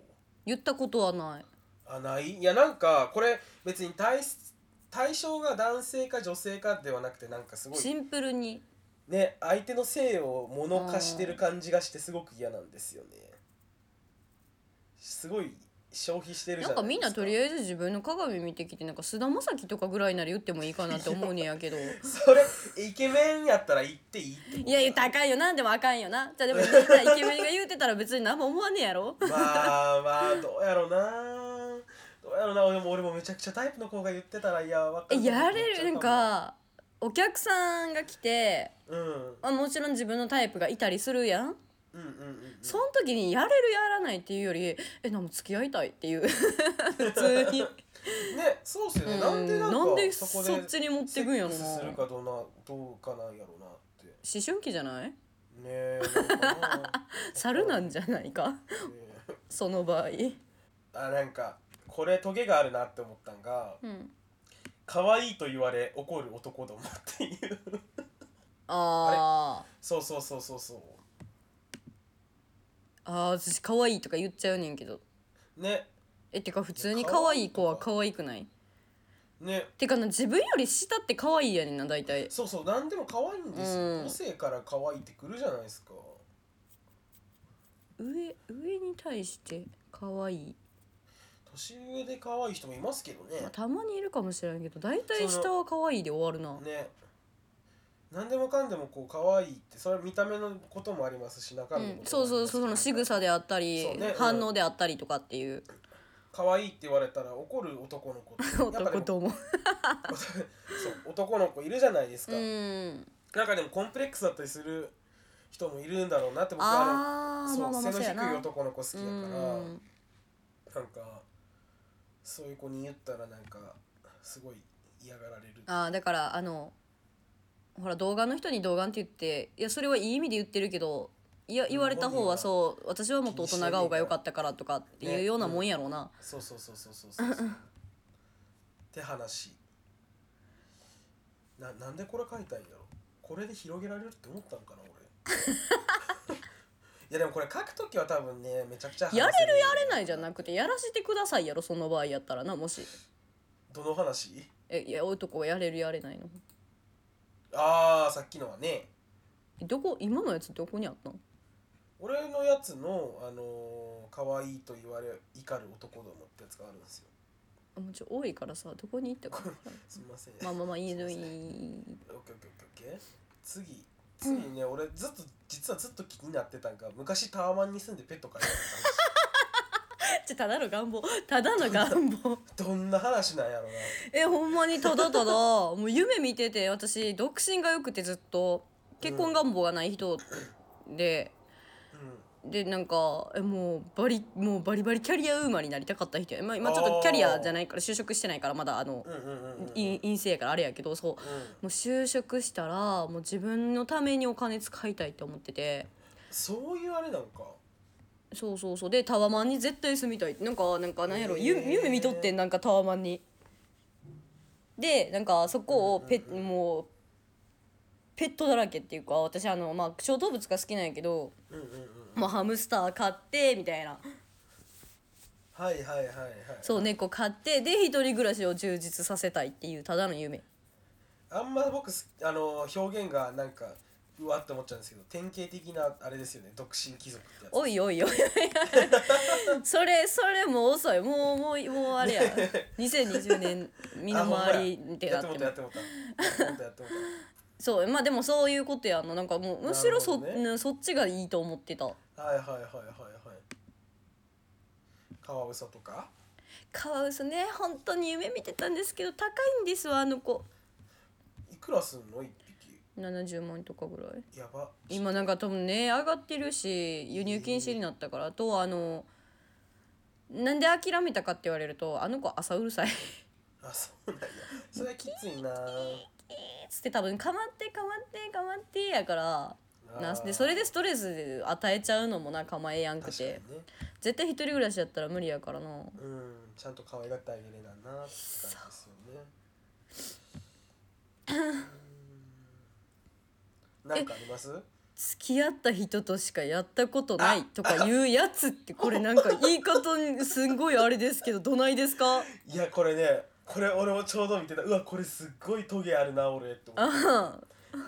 [SPEAKER 2] 言ったことはない
[SPEAKER 1] あ」ないいやなんかこれ別に対す対象が男性か女性かではなくてなんかすご
[SPEAKER 2] シ
[SPEAKER 1] い
[SPEAKER 2] ンプルに
[SPEAKER 1] ね相手の性を物化してる感じがしてすごく嫌なんですよねすごい消費してるじ
[SPEAKER 2] な
[SPEAKER 1] ゃないですか
[SPEAKER 2] んかみんなとり
[SPEAKER 1] え
[SPEAKER 2] あえず自分の鏡見てきてなんか菅田将暉とかぐらいなら言ってもいいかなって思うねんやけど い
[SPEAKER 1] ずそれイケメンやったら言っていいってこと
[SPEAKER 2] や言ったらあかんよなんでもあかんよなじゃあでもみんなイケメンが言うてたら別に何も思わねえや ろ
[SPEAKER 1] まあまあどうやろうなどうやろうな俺も俺もめちゃくちゃタイプの子が言ってたらいやわか
[SPEAKER 2] えやれるなんんかお客さんが来て、
[SPEAKER 1] うんうんうん
[SPEAKER 2] まあ、もちろん自分のタイプがいたりするやん
[SPEAKER 1] うんうん
[SPEAKER 2] その時にやれるやらないっていうよりえなんも付き合いたいって いう普通に
[SPEAKER 1] ねそうっすよね、
[SPEAKER 2] うん
[SPEAKER 1] なんでなんか
[SPEAKER 2] なんで
[SPEAKER 1] そ
[SPEAKER 2] そ
[SPEAKER 1] こで
[SPEAKER 2] っちに持って
[SPEAKER 1] セ
[SPEAKER 2] くんや
[SPEAKER 1] ッ
[SPEAKER 2] ろ
[SPEAKER 1] ク
[SPEAKER 2] な
[SPEAKER 1] スする
[SPEAKER 2] 思
[SPEAKER 1] かどうなどうかなんやろうなって
[SPEAKER 2] 春期じゃない
[SPEAKER 1] ねえなんかな
[SPEAKER 2] 猿なんじゃないか
[SPEAKER 1] ね
[SPEAKER 2] その場合
[SPEAKER 1] あなんかこれトゲがあるなって思ったんが
[SPEAKER 2] うん
[SPEAKER 1] 可愛いと言われ怒る男どもっていう
[SPEAKER 2] あー
[SPEAKER 1] そうそうそうそうそう
[SPEAKER 2] あー私可愛いとか言っちゃうねんけど
[SPEAKER 1] ね
[SPEAKER 2] えてか普通に可愛い子は可愛くない
[SPEAKER 1] ね
[SPEAKER 2] てかな自分より下って可愛いやねんな大体
[SPEAKER 1] そうそう何でも可愛いんです
[SPEAKER 2] う
[SPEAKER 1] よ
[SPEAKER 2] ん
[SPEAKER 1] 個性から可愛いってくるじゃないですか
[SPEAKER 2] 上上に対して可愛い
[SPEAKER 1] 年上で可愛い人もいますけどね
[SPEAKER 2] まあ、たまにいるかもしれんけど大体下は可愛いで終わるな
[SPEAKER 1] ね何でもかんでもこう可愛いってそれは見た目のこともありますし中
[SPEAKER 2] う
[SPEAKER 1] 身の
[SPEAKER 2] ん
[SPEAKER 1] こ、と
[SPEAKER 2] そ
[SPEAKER 1] も
[SPEAKER 2] うそうそうそ
[SPEAKER 1] あり
[SPEAKER 2] の
[SPEAKER 1] ます
[SPEAKER 2] 仕
[SPEAKER 1] けど
[SPEAKER 2] 草であったり、
[SPEAKER 1] そうねうん
[SPEAKER 2] 反応であったりとかっていう
[SPEAKER 1] 可愛いって言われたら怒る男の子ってやっぱで
[SPEAKER 2] 男
[SPEAKER 1] もそう
[SPEAKER 2] ども
[SPEAKER 1] 男の子いるじゃないです
[SPEAKER 2] う
[SPEAKER 1] か、
[SPEAKER 2] ん
[SPEAKER 1] なんかでもコンプレックスだったりする人もいるんだろうなって僕はあ
[SPEAKER 2] あ
[SPEAKER 1] の
[SPEAKER 2] ー
[SPEAKER 1] そ
[SPEAKER 2] まあ
[SPEAKER 1] う
[SPEAKER 2] まあま
[SPEAKER 1] 背の低
[SPEAKER 2] あそうやない
[SPEAKER 1] 男の子好き
[SPEAKER 2] う
[SPEAKER 1] やから
[SPEAKER 2] ん
[SPEAKER 1] なんかそういう子に言ったらなんかすごい嫌がられる
[SPEAKER 2] あーだからあのほら童顔の人に童顔って言っていやそれはいい意味で言ってるけどいや言われた方はそう私はもっと大人顔が良かったからとかっていうようなもんやろうな、
[SPEAKER 1] そうそうそうそうそうそう そうって話ななんでこれ書いたんやろこれで広げられるって思ったんかな 俺いやでもこれ書くときは多分ねめちゃくちゃ
[SPEAKER 2] やれるやれないじゃ
[SPEAKER 1] い
[SPEAKER 2] なくてやらせてくださいやろその場合やったらなもし
[SPEAKER 1] どの話
[SPEAKER 2] えいや男がやれるやれないの
[SPEAKER 1] ああさっきのはね
[SPEAKER 2] どこ今のやつどこにあったの
[SPEAKER 1] 俺のやつのあのー、可愛いと言われ怒る男どもってやつがあるんですよ
[SPEAKER 2] あもうちょ多いからさどこに行ったか 分からん
[SPEAKER 1] すみません
[SPEAKER 2] まあまあまあいい
[SPEAKER 1] す
[SPEAKER 2] のい
[SPEAKER 1] ませんオ
[SPEAKER 2] い
[SPEAKER 1] ッケーオッケーオッケーオッケー次次ね、俺ずっと実はずっと気になってたんが昔タワマンに住んでペット飼いて
[SPEAKER 2] ちょただの願望 ただの願望
[SPEAKER 1] た話どんな話なんやろうな
[SPEAKER 2] えほんまにただただもう夢見てて私独身がよくてずっと結婚願望がない人で、
[SPEAKER 1] う
[SPEAKER 2] でなんかえもうバリもうバリバリキャリアウーマンになりたかった人や、まあ、今ちょっとキャリアじゃないから就職してないからまだあの
[SPEAKER 1] うんうんうんうん
[SPEAKER 2] い陰性やからあれやけどそうも
[SPEAKER 1] うん
[SPEAKER 2] う就職したらもう自分のためにお金使いたいって思ってて
[SPEAKER 1] そういうあれなんか
[SPEAKER 2] そうそうそうでタワマンに絶対住みたいなんかなんかなんやろ、
[SPEAKER 1] へー
[SPEAKER 2] ゆ夢見とってんなんかタワマンにでなんかそこをペ、もうペットだらけっていうか私あのまあ小動物が好きなんやけど、
[SPEAKER 1] うんうんうん
[SPEAKER 2] もうハムスター買ってみたいな
[SPEAKER 1] はいはいはいはい
[SPEAKER 2] そう猫買ってで一人暮らしを充実させたいっていうただの夢
[SPEAKER 1] あんま僕すあの表現がなんかうわって思っちゃうんですけど典型的なあれですよね独身貴族ってやつ
[SPEAKER 2] おい おいおいそれそれもう遅いもうもうもうあれや2020年身の回りってな
[SPEAKER 1] や
[SPEAKER 2] っ
[SPEAKER 1] っても
[SPEAKER 2] ても
[SPEAKER 1] ったやってもったやってもったやってもった
[SPEAKER 2] そうまあでもそういうことやんななんかもうむしろそ,、
[SPEAKER 1] なるほどね
[SPEAKER 2] うんそっちがいいと思ってた
[SPEAKER 1] はいはいはいはいはいカワウソとか
[SPEAKER 2] カワウソね本当に夢見てたんですけど高いんですわあの子
[SPEAKER 1] いくらすんの一匹
[SPEAKER 2] 70万とかぐらい
[SPEAKER 1] やば
[SPEAKER 2] 今なんか多分ね上がってるし輸入禁止になったからあとあのなんで諦めたかって言われるとあの子朝うるさい っ
[SPEAKER 1] あそうなんやそれはきついな
[SPEAKER 2] つって多分かまってかまってかまってやからなでそれ
[SPEAKER 1] で
[SPEAKER 2] でストレス与えちゃうのもなんかまええやんく
[SPEAKER 1] 確かにね
[SPEAKER 2] て絶対一人暮らしやったら無理やからな
[SPEAKER 1] うんちゃんと可愛がってあげれななって感じですよね うんなんかあります
[SPEAKER 2] 付き合った人としかやったことないとか言うやつってこれなんか言い方にすんごいあれですけどどないですか
[SPEAKER 1] いやこれねこれ俺もちょうど見てたうわこれすっごいトゲあるな俺って思って
[SPEAKER 2] あ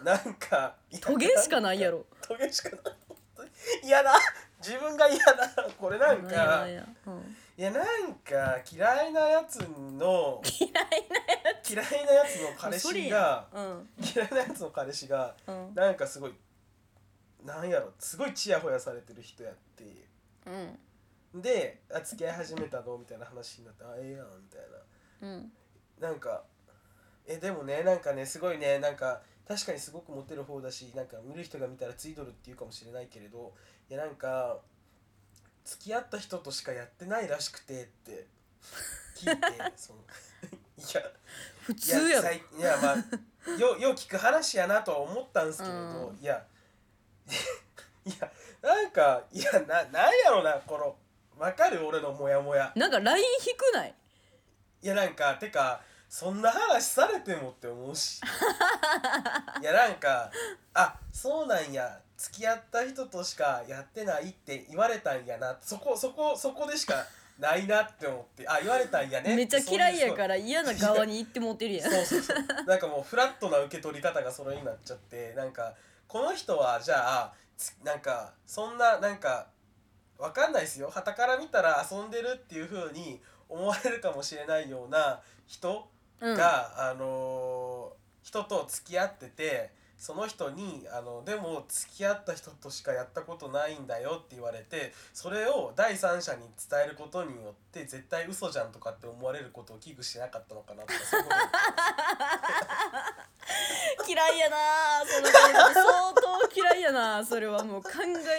[SPEAKER 1] なんかいや
[SPEAKER 2] トゲしかないやろ
[SPEAKER 1] トゲしかない本当に嫌だ自分が嫌だこれな
[SPEAKER 2] あ
[SPEAKER 1] んか
[SPEAKER 2] いやうん
[SPEAKER 1] いやなんか嫌いなやつの嫌いなやつ嫌いなやつの彼
[SPEAKER 2] それ
[SPEAKER 1] 氏が
[SPEAKER 2] やうん
[SPEAKER 1] 嫌いなやつの彼氏が
[SPEAKER 2] うん
[SPEAKER 1] なんかすごいなんやろすごいチヤホヤされてる人やって
[SPEAKER 2] うん
[SPEAKER 1] であ付き合い始めたのみたいな話になってあええやんみたいな
[SPEAKER 2] うん
[SPEAKER 1] なんかえでもねなんかねすごいねなんか確かにすごくモテる方だしなんか見る人が見たらついどるっていうかもしれないけれどいやなんか付き合った人としかやってないらしくてって聞 いてそのいや
[SPEAKER 2] 普
[SPEAKER 1] いや
[SPEAKER 2] 通やろ
[SPEAKER 1] 最いやまあよよう聞く話やなとは思ったんですけれど、いや いやなんかいやななんやろなこのわかる俺のモヤモヤ
[SPEAKER 2] なんかライン低くない
[SPEAKER 1] いやなんかてかそんな話されてもって思う しいやなんかあそうなんや付き合った人としかやってないって言われたんやなそこそこそこでしかないなって思ってあ言われたんやね
[SPEAKER 2] めっちゃ嫌いやからら嫌な側に行ってもってるやん
[SPEAKER 1] そうそうそうなんかもうフラットな受け取り方がそれになっちゃってなんかこの人はじゃあつなんかそんななんかわかんないですよ傍から見たら遊んでるっていう風に思われるかもしれないような人
[SPEAKER 2] う
[SPEAKER 1] が、
[SPEAKER 2] ん
[SPEAKER 1] あのー人と付き合っててその人にあの「でも付き合った人としかやったことないんだよ」って言われてそれを第三者に伝えることによって絶対嘘じゃんとかって思われることを危惧しなかったのかなとかそういうこと
[SPEAKER 2] 嫌いやなその感じ相当嫌いやなそれはもう考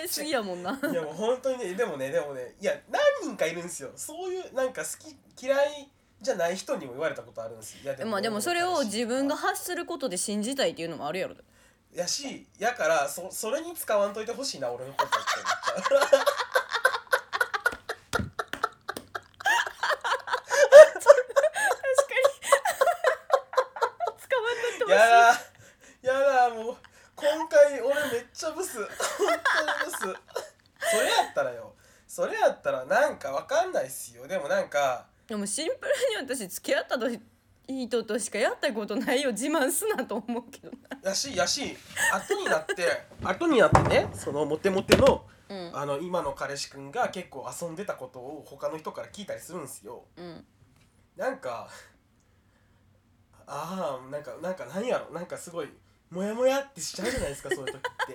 [SPEAKER 2] えすぎやもん ない
[SPEAKER 1] やもう本当にねでもねでもねいや何人かいるんですよそういうなんか好き嫌いじゃない人にも言われたことあるんですよいや で
[SPEAKER 2] まあでもそれを自分が発することで信じたいっていうのもあるやろ
[SPEAKER 1] やしやからそそれに使わんといてほしいな俺のことって思っちゃ
[SPEAKER 2] 確 かに捕まっとっ
[SPEAKER 1] うやだやだもう今回俺めっちゃブ ス本当にブスそれやったらよそれやったらなんかわかんないっすよでもなんか
[SPEAKER 2] でもシンプルに私付き合ったと人としかやったことないよ自慢すなと思うけど
[SPEAKER 1] やしやし後になって後になってねそのモテモテの
[SPEAKER 2] うん
[SPEAKER 1] あの今の彼氏くんが結構遊んでたことを他の人から聞いたりするんですよ
[SPEAKER 2] うん
[SPEAKER 1] なんかああなんかなんか何やろなんかすごいモヤモヤってしちゃうじゃないですかそういう時って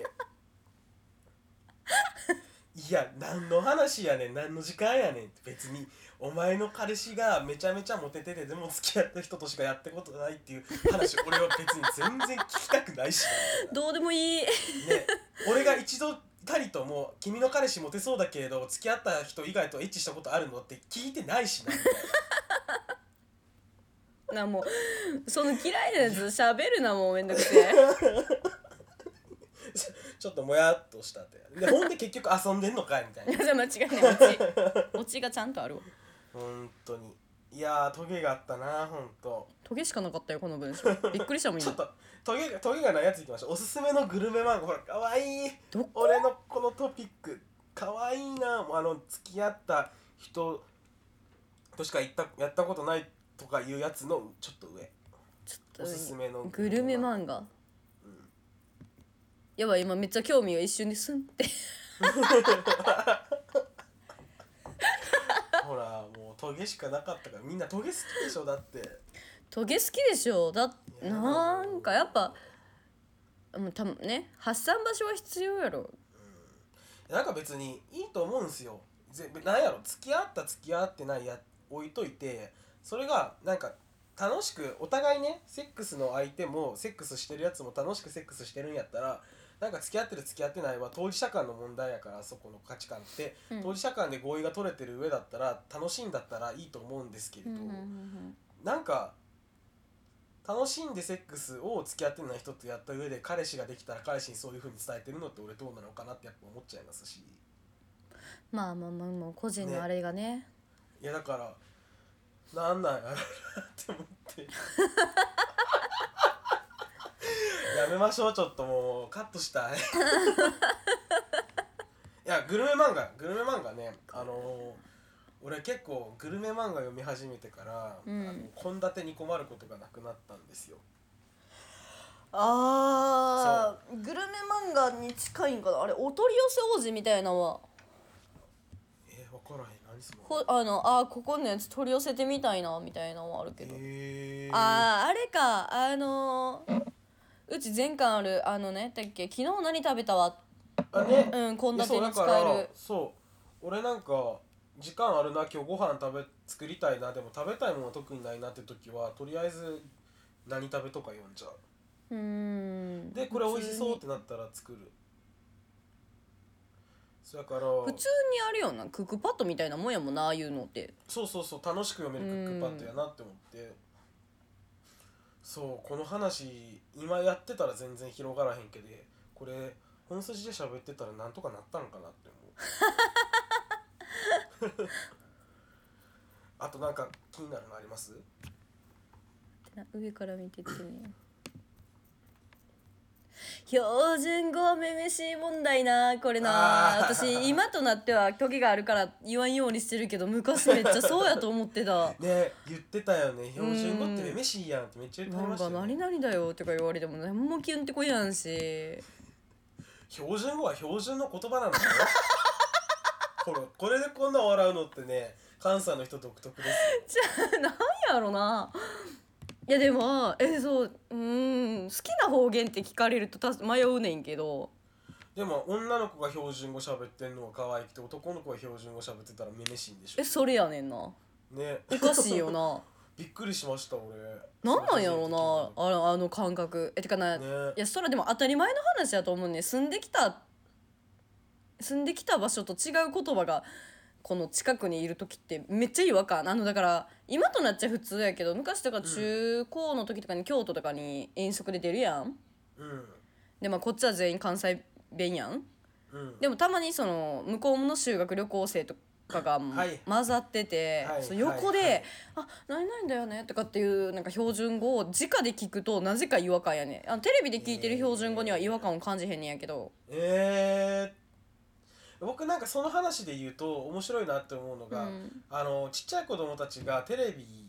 [SPEAKER 1] いや何の話やねん何の時間やねんって別にお前の彼氏がめちゃめちゃモテててでも付き合った人としかやったことないっていう話俺は別に全然聞きたくないしなみたいな
[SPEAKER 2] どうでもいい
[SPEAKER 1] ね、俺が一度たりとも「君の彼氏モテそうだけれど付き合った人以外とエッチしたことあるの?」って聞いてないしな
[SPEAKER 2] なもうその嫌いなやつ喋るなもうめんどくせえ
[SPEAKER 1] ちょっともやっとしたってでほんで結局遊んでんのかいみたいな
[SPEAKER 2] じゃあ間違いないオ チオチがちゃんとあ るわ
[SPEAKER 1] 本当にいやートゲがあったな本当
[SPEAKER 2] トゲしかなかったよこの文章びっくりしたもん
[SPEAKER 1] ちょ
[SPEAKER 2] 今
[SPEAKER 1] っとトゲがトゲがないやついきましょうおすすめのグルメ漫画ほらかわいい
[SPEAKER 2] どこ
[SPEAKER 1] 俺のこのトピックかわいいなもうあの付き合った人としか行ったやったことないとかいうやつのちょっと上
[SPEAKER 2] ち
[SPEAKER 1] お
[SPEAKER 2] ょっ
[SPEAKER 1] すす
[SPEAKER 2] と
[SPEAKER 1] めの
[SPEAKER 2] グルメ
[SPEAKER 1] 画
[SPEAKER 2] 漫画、やばい今めっちゃ興味が一瞬にスンって
[SPEAKER 1] ほらもうトゲしかなかったからみんなトゲ好きでしょだって
[SPEAKER 2] トゲ好きでしょだ
[SPEAKER 1] いや
[SPEAKER 2] なんかやっぱもうたね発散場所は必要やろ
[SPEAKER 1] なんか別にいいと思うんすよぜなんやろ付き合った付き合ってないや置いといてそれがなんか楽しくお互いねセックスの相手もセックスしてるやつも楽しくセックスしてるんやったらなんか付き合ってる付き合ってないは当事者間の問題やからそこの価値観って、
[SPEAKER 2] うん
[SPEAKER 1] 当事者間で合意が取れてる上だったら楽しいんだったらいいと思うんですけれ
[SPEAKER 2] う
[SPEAKER 1] ど、
[SPEAKER 2] んうんうん
[SPEAKER 1] なんか楽しんでセックスを付き合ってない人とやった上で彼氏ができたら彼氏にそういう風に伝えてるのって俺どうなのかなってやっぱ思っちゃいますし。
[SPEAKER 2] まあまあまあもう個人
[SPEAKER 1] ね
[SPEAKER 2] のあれがね
[SPEAKER 1] いやだからなんなんやろうなって思って やめましょうちょっともうカットしたい いやグルメ漫画グルメ漫画ねあのー俺結構グルメ漫画読み始めてから
[SPEAKER 2] うん
[SPEAKER 1] あの献立、に困ることがなくなったんですよ
[SPEAKER 2] あーグルメ漫画に近いんかなあれお取り寄せ王子みたいなのは
[SPEAKER 1] えー、分からへん何その
[SPEAKER 2] ほあのあーここのやつ取り寄せてみたいなみたいなのはあるけど、
[SPEAKER 1] えー、
[SPEAKER 2] あーあれかあのーうち前回あるあのねだっけ昨日何食べたわ
[SPEAKER 1] あね
[SPEAKER 2] うん献立
[SPEAKER 1] そう
[SPEAKER 2] に
[SPEAKER 1] だか
[SPEAKER 2] 使え
[SPEAKER 1] ら
[SPEAKER 2] る
[SPEAKER 1] そう俺なんか時間あるな今日ご飯食べ作りたいなでも食べたいものは特にないなって時はとりあえず何食べとか読んじゃう
[SPEAKER 2] うーん
[SPEAKER 1] でこれ美味しそうっ
[SPEAKER 2] 普通
[SPEAKER 1] てなったら作るそうやから
[SPEAKER 2] に普通にあるよなクックパッドみたいなもんやもんなああいうのって
[SPEAKER 1] そうそうそう楽しく読めるクックパッドやなって思ってそうこの話今やってたら全然広がらへんけどこれ本筋で喋ってたらなんとかなったのかなって思う あとなんか気になるのあります
[SPEAKER 2] な上から見てってみよう標準語めめしい問題なこれな
[SPEAKER 1] あー
[SPEAKER 2] 私今となっては時があるから言わんようにしてるけど昔めっちゃそうやと思ってた
[SPEAKER 1] ね言ってたよね標準語ってめめしいやんってめっちゃ言って
[SPEAKER 2] な
[SPEAKER 1] ま
[SPEAKER 2] ん
[SPEAKER 1] した
[SPEAKER 2] か
[SPEAKER 1] よ、
[SPEAKER 2] 何
[SPEAKER 1] ね、
[SPEAKER 2] 々だよとか言われても何もキュンってこいやんし
[SPEAKER 1] 標準語は標準の言葉なんだよほらこれでこんな笑うのってね関西の人独特ですよ
[SPEAKER 2] じゃあなんやろないやでもえそううーん好きな方言って聞かれるとた迷うねんけど
[SPEAKER 1] でも女の子が標準語喋ってんのは可愛くて男の子が標準語喋ってたらめめしいんでし
[SPEAKER 2] えそれやねんな
[SPEAKER 1] ょね
[SPEAKER 2] おかしいよな
[SPEAKER 1] びっくりしました俺
[SPEAKER 2] なんなんやろなあのあの感覚えてかな、
[SPEAKER 1] ね
[SPEAKER 2] いやそれでも当たり前の話やと思うねん住んできた住んできた場所と違う言葉がこの近くにいる時ってめっちゃ違和感あのだから今となっちゃ普通やけど昔とか中高の時とかに京都とかに遠足で出るやん
[SPEAKER 1] うん
[SPEAKER 2] でまあこっちは全員関西弁やん
[SPEAKER 1] うん
[SPEAKER 2] でもたまにその向こうの修学旅行生とかが
[SPEAKER 1] はい
[SPEAKER 2] 混ざってて、
[SPEAKER 1] はい
[SPEAKER 2] そう横で「
[SPEAKER 1] はいはい
[SPEAKER 2] あ何々だよね」とかっていうなんか標準語を直で聞くとなぜか違和感やねあのテレビで聞いてる標準語には違和感を感じへんねんやけど
[SPEAKER 1] えー、僕なんかその話で言うと面白いなって思うの
[SPEAKER 2] う
[SPEAKER 1] が、
[SPEAKER 2] ん
[SPEAKER 1] あのちっちゃい子供たちがテレビ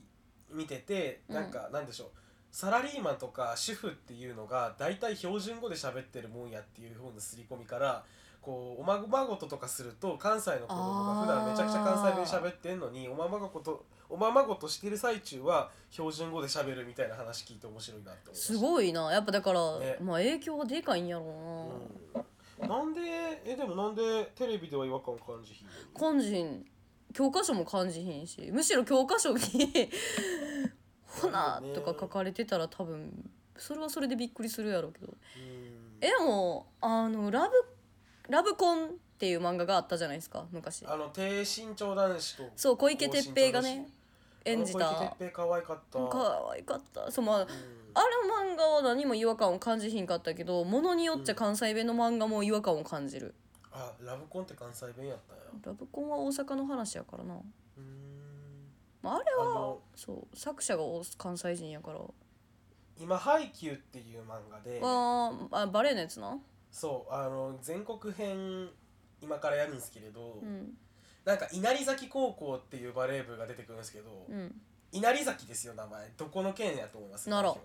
[SPEAKER 1] 見ててなんかなんでしょう、サラリーマンとか主婦っていうのが大体標準語で喋ってるもんやっていう風な刷り込みからこうおままごととかすると関西の子供が普段めちゃくちゃ関西弁喋ってんのにおままごとおままごとしてる最中は標準語で喋るみたいな話聞いて面白いなって思いました
[SPEAKER 2] すごいなやっぱだから、
[SPEAKER 1] ね
[SPEAKER 2] まあ影響はでかいんやろうな、
[SPEAKER 1] うんなんでえでもなんでテレビでは違和感感じひんのに
[SPEAKER 2] 感じひん教科書も感じひんしむしろ教科書に 「ほな」とか書かれてたら多分それはそれでびっくりするやろうけど。
[SPEAKER 1] うん
[SPEAKER 2] えでもあのラブラブコンっていう漫画があったじゃないですか昔
[SPEAKER 1] あの低身長男子と
[SPEAKER 2] そう小池徹平が
[SPEAKER 1] 高身長
[SPEAKER 2] ね
[SPEAKER 1] 男子
[SPEAKER 2] 演じた
[SPEAKER 1] あの小池徹平可愛かった
[SPEAKER 2] 可愛かったそうまあ
[SPEAKER 1] うん
[SPEAKER 2] ある漫画は何も違和感を感じひんかったけどものによっちゃ関西弁の漫画も違和感を感じる、
[SPEAKER 1] あラブコンって関西弁やったんや
[SPEAKER 2] ラブコンは大阪の話やからな、
[SPEAKER 1] うーん
[SPEAKER 2] まあ、あれ
[SPEAKER 1] あ
[SPEAKER 2] は
[SPEAKER 1] の
[SPEAKER 2] そう作者が大関西人やから
[SPEAKER 1] 今「ハイキュー」っていう漫画で
[SPEAKER 2] あーあバレーのやつな
[SPEAKER 1] そうあの全国編今からやるんですけれど、
[SPEAKER 2] うん
[SPEAKER 1] なんか稲荷崎高校っていうバレー部が出てくるんですけど、
[SPEAKER 2] うん
[SPEAKER 1] 稲荷崎ですよ名前どこの県やと思います
[SPEAKER 2] 奈良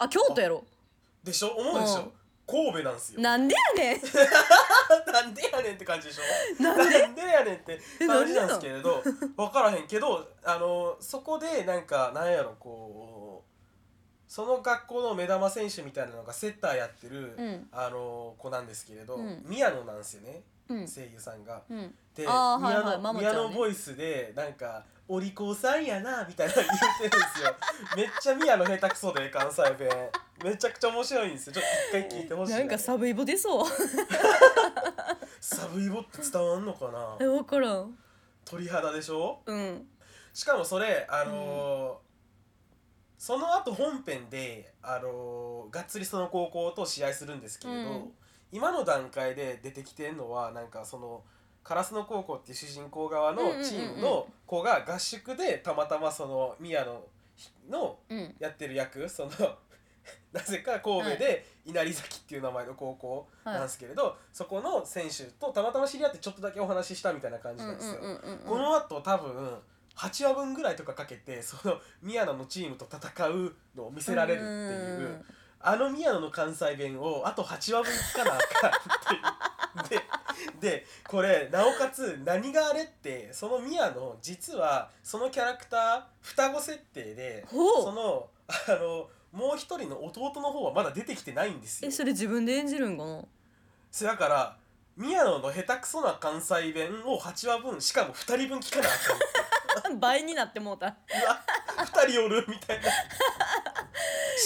[SPEAKER 2] あ京都やろ
[SPEAKER 1] でしょ思うでしょ、
[SPEAKER 2] うん
[SPEAKER 1] 神戸なんですよ
[SPEAKER 2] なんでやねん
[SPEAKER 1] なんでやねんって感じでしょ
[SPEAKER 2] なん
[SPEAKER 1] でやねんって
[SPEAKER 2] え
[SPEAKER 1] 感じなんですけれど分からへんけどあのそこでなんかなんやろこうその学校の目玉選手みたいなのがセッターやってる、
[SPEAKER 2] うん
[SPEAKER 1] あの子なんですけれど、
[SPEAKER 2] うん
[SPEAKER 1] 宮野なんですよね、
[SPEAKER 2] うん
[SPEAKER 1] 声優さんが。
[SPEAKER 2] うん
[SPEAKER 1] で宮
[SPEAKER 2] あーはいはい
[SPEAKER 1] 野
[SPEAKER 2] ママちゃ
[SPEAKER 1] 宮
[SPEAKER 2] んね
[SPEAKER 1] 野ボイスでなんか「お利口さんやな」みたいなの言ってるんですよ めっちゃ宮野下手くそで関西弁めちゃくちゃ面白いんですよちょっと一回聞いてほしい
[SPEAKER 2] なんかサブイボ出そう
[SPEAKER 1] サブイボって伝わんのかな
[SPEAKER 2] え分からん
[SPEAKER 1] 鳥肌でしょ
[SPEAKER 2] うん
[SPEAKER 1] しかもそれあのーその後本編であのーがっつりその高校と試合するんですけれど、
[SPEAKER 2] うん
[SPEAKER 1] 今の段階で出てきてんのはなんかその烏野高校っていう主人公側のチーム
[SPEAKER 2] うんうんうんうん
[SPEAKER 1] の子が合宿でたまたまその宮野の
[SPEAKER 2] うん
[SPEAKER 1] やってる役その なぜか神戸で稲荷崎っていう名前の高校なんですけれど、そこの選手とたまたま知り合ってちょっとだけお話ししたみたいな感
[SPEAKER 2] う
[SPEAKER 1] じ
[SPEAKER 2] ん
[SPEAKER 1] な
[SPEAKER 2] うん
[SPEAKER 1] ですよ。
[SPEAKER 2] んうん
[SPEAKER 1] この後多分8話分ぐらいとかかけてその宮野のチームと戦うのを見せられるっていうあの宮野の関西弁をあと8話分聞かなあかんっていう。 ででこれなおかつ何があれってその宮野実はそのキャラクター双子設定でそ
[SPEAKER 2] ほう
[SPEAKER 1] のあのもう一人の弟の方はまだ出てきてないんですよ
[SPEAKER 2] え。それ自分で演じるんか な
[SPEAKER 1] そやから宮野の下手くそな関西弁を8話分しかも2人分聞かなあかんっていう
[SPEAKER 2] 倍になってもうた
[SPEAKER 1] うわ二人おるみた いな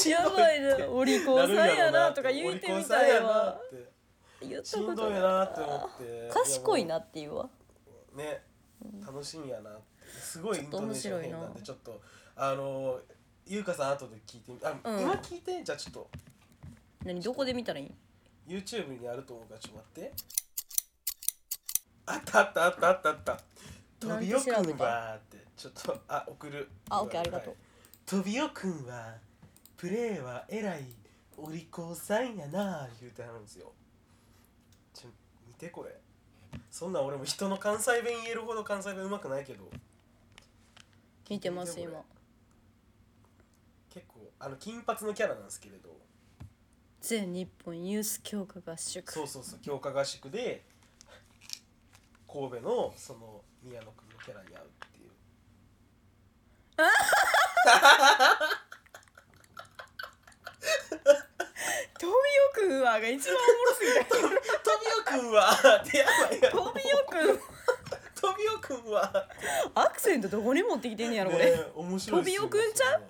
[SPEAKER 2] やばいなお利口さんやなとか言うてみたいわ
[SPEAKER 1] お利口さんやなって
[SPEAKER 2] 言った
[SPEAKER 1] し
[SPEAKER 2] こ
[SPEAKER 1] ん
[SPEAKER 2] と
[SPEAKER 1] どい
[SPEAKER 2] ない
[SPEAKER 1] なって思って
[SPEAKER 2] 賢い
[SPEAKER 1] や
[SPEAKER 2] なっていうわ
[SPEAKER 1] もうね楽しみやなってすごいイントネーション変なんでち
[SPEAKER 2] ち
[SPEAKER 1] ょっとあのゆうかさん後で聞いてみあ、
[SPEAKER 2] うん
[SPEAKER 1] 今聞いてじゃあちょっと
[SPEAKER 2] 何どこで見たらいい
[SPEAKER 1] YouTube にあると思うからちょっと待ってあったあったあったあったあった
[SPEAKER 2] な
[SPEAKER 1] 飛
[SPEAKER 2] んて
[SPEAKER 1] びおく
[SPEAKER 2] 調べ
[SPEAKER 1] ん
[SPEAKER 2] た
[SPEAKER 1] はってちょっとあ送る
[SPEAKER 2] あ OK ありがとう
[SPEAKER 1] 飛びおくんはプレーはえらいお利口さんやなあ言うてはるんですよちょ見てこれそんなん俺も人の関西弁言えるほど関西弁うまくないけど
[SPEAKER 2] 見てます
[SPEAKER 1] 見てこれ
[SPEAKER 2] 今
[SPEAKER 1] 結構あの金髪のキャラなんですけれど
[SPEAKER 2] 全日本ユース強化合宿
[SPEAKER 1] そうそうそう強化合宿で神戸のその宮野君のキャラに合うっていう
[SPEAKER 2] 飛びよくわが一番おもろすぎ
[SPEAKER 1] 「飛びおくんは」ってやばいや
[SPEAKER 2] た
[SPEAKER 1] ばい
[SPEAKER 2] 飛びよく
[SPEAKER 1] 飛びおくんは
[SPEAKER 2] アクセントどこに持ってきてんねやろこれ、
[SPEAKER 1] ねえ面白いっすよね
[SPEAKER 2] 飛びおくんちゃう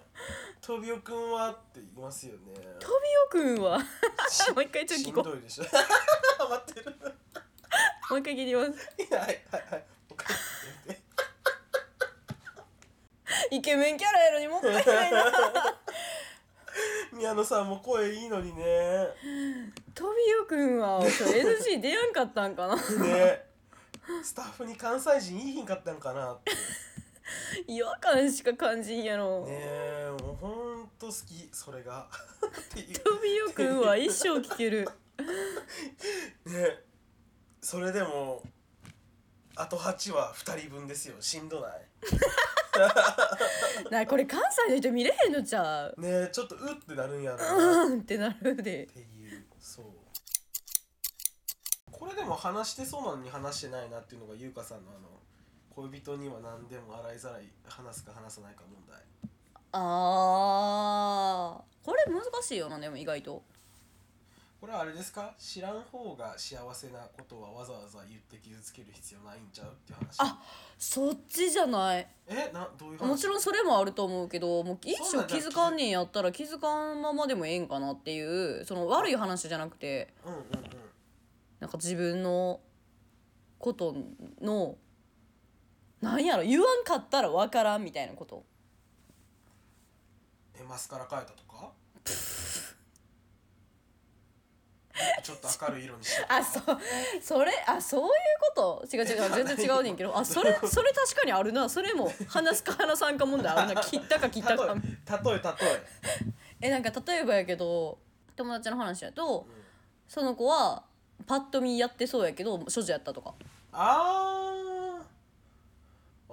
[SPEAKER 1] 飛びおくんはって言いますよね
[SPEAKER 2] 飛びよくんは もう一回ちょっ
[SPEAKER 1] し
[SPEAKER 2] と
[SPEAKER 1] ん
[SPEAKER 2] 聞こ
[SPEAKER 1] どいでしょ 待ってる
[SPEAKER 2] うもう一回聞いてみます
[SPEAKER 1] いやはいはいはいおかしいって
[SPEAKER 2] イケメンキャラやのにもったいないな
[SPEAKER 1] 宮野さんも声いいのにね
[SPEAKER 2] 飛びよくんはそう NG 出やんかったん かな
[SPEAKER 1] ねスタッフに関西人いいひんかったんかなってね
[SPEAKER 2] 違和感しか感じんやろ、
[SPEAKER 1] えもうほんと好きそれがっていう
[SPEAKER 2] トビオくんは一生聞け る
[SPEAKER 1] ねそれでもあと8は2人分ですよしんどない
[SPEAKER 2] なこれ関西の人見れへんのちゃう
[SPEAKER 1] ねえちょっとうってなるんやろ
[SPEAKER 2] う
[SPEAKER 1] な
[SPEAKER 2] ーんってなるで
[SPEAKER 1] っていうそうこれでも話してそうなのに話してないなっていうのが優香さんのあの恋人には何でも洗いざらい話すか話さないか問題
[SPEAKER 2] あーこれ難しいよなでも意外と
[SPEAKER 1] これはあれですか知らん方が幸せなことはわざわざ言って傷つける必要ないんちゃうっていう話
[SPEAKER 2] あそっちじゃない
[SPEAKER 1] えなどういう話
[SPEAKER 2] もちろんそれもあると思うけどもう一生気づかんねんやったら気づかんままでもええんかなっていうその悪い話じゃなくて
[SPEAKER 1] うんうんうん
[SPEAKER 2] なんか自分のことのなんやろ言わんかったら分からんみたいなこと
[SPEAKER 1] でマスカラ変えたとか なんかちょっと明るい色にしたとか
[SPEAKER 2] あそうそれあそういうこと違う違う全然違うねんけどあそ れそれ確かにあるなそれも話すか 話さんか問題あるな切ったか切ったか
[SPEAKER 1] 例え例え例え、
[SPEAKER 2] えなんか例えばやけど友達の話やと
[SPEAKER 1] うん
[SPEAKER 2] その子はパッと見やってそうやけど処女やったとか
[SPEAKER 1] あーあ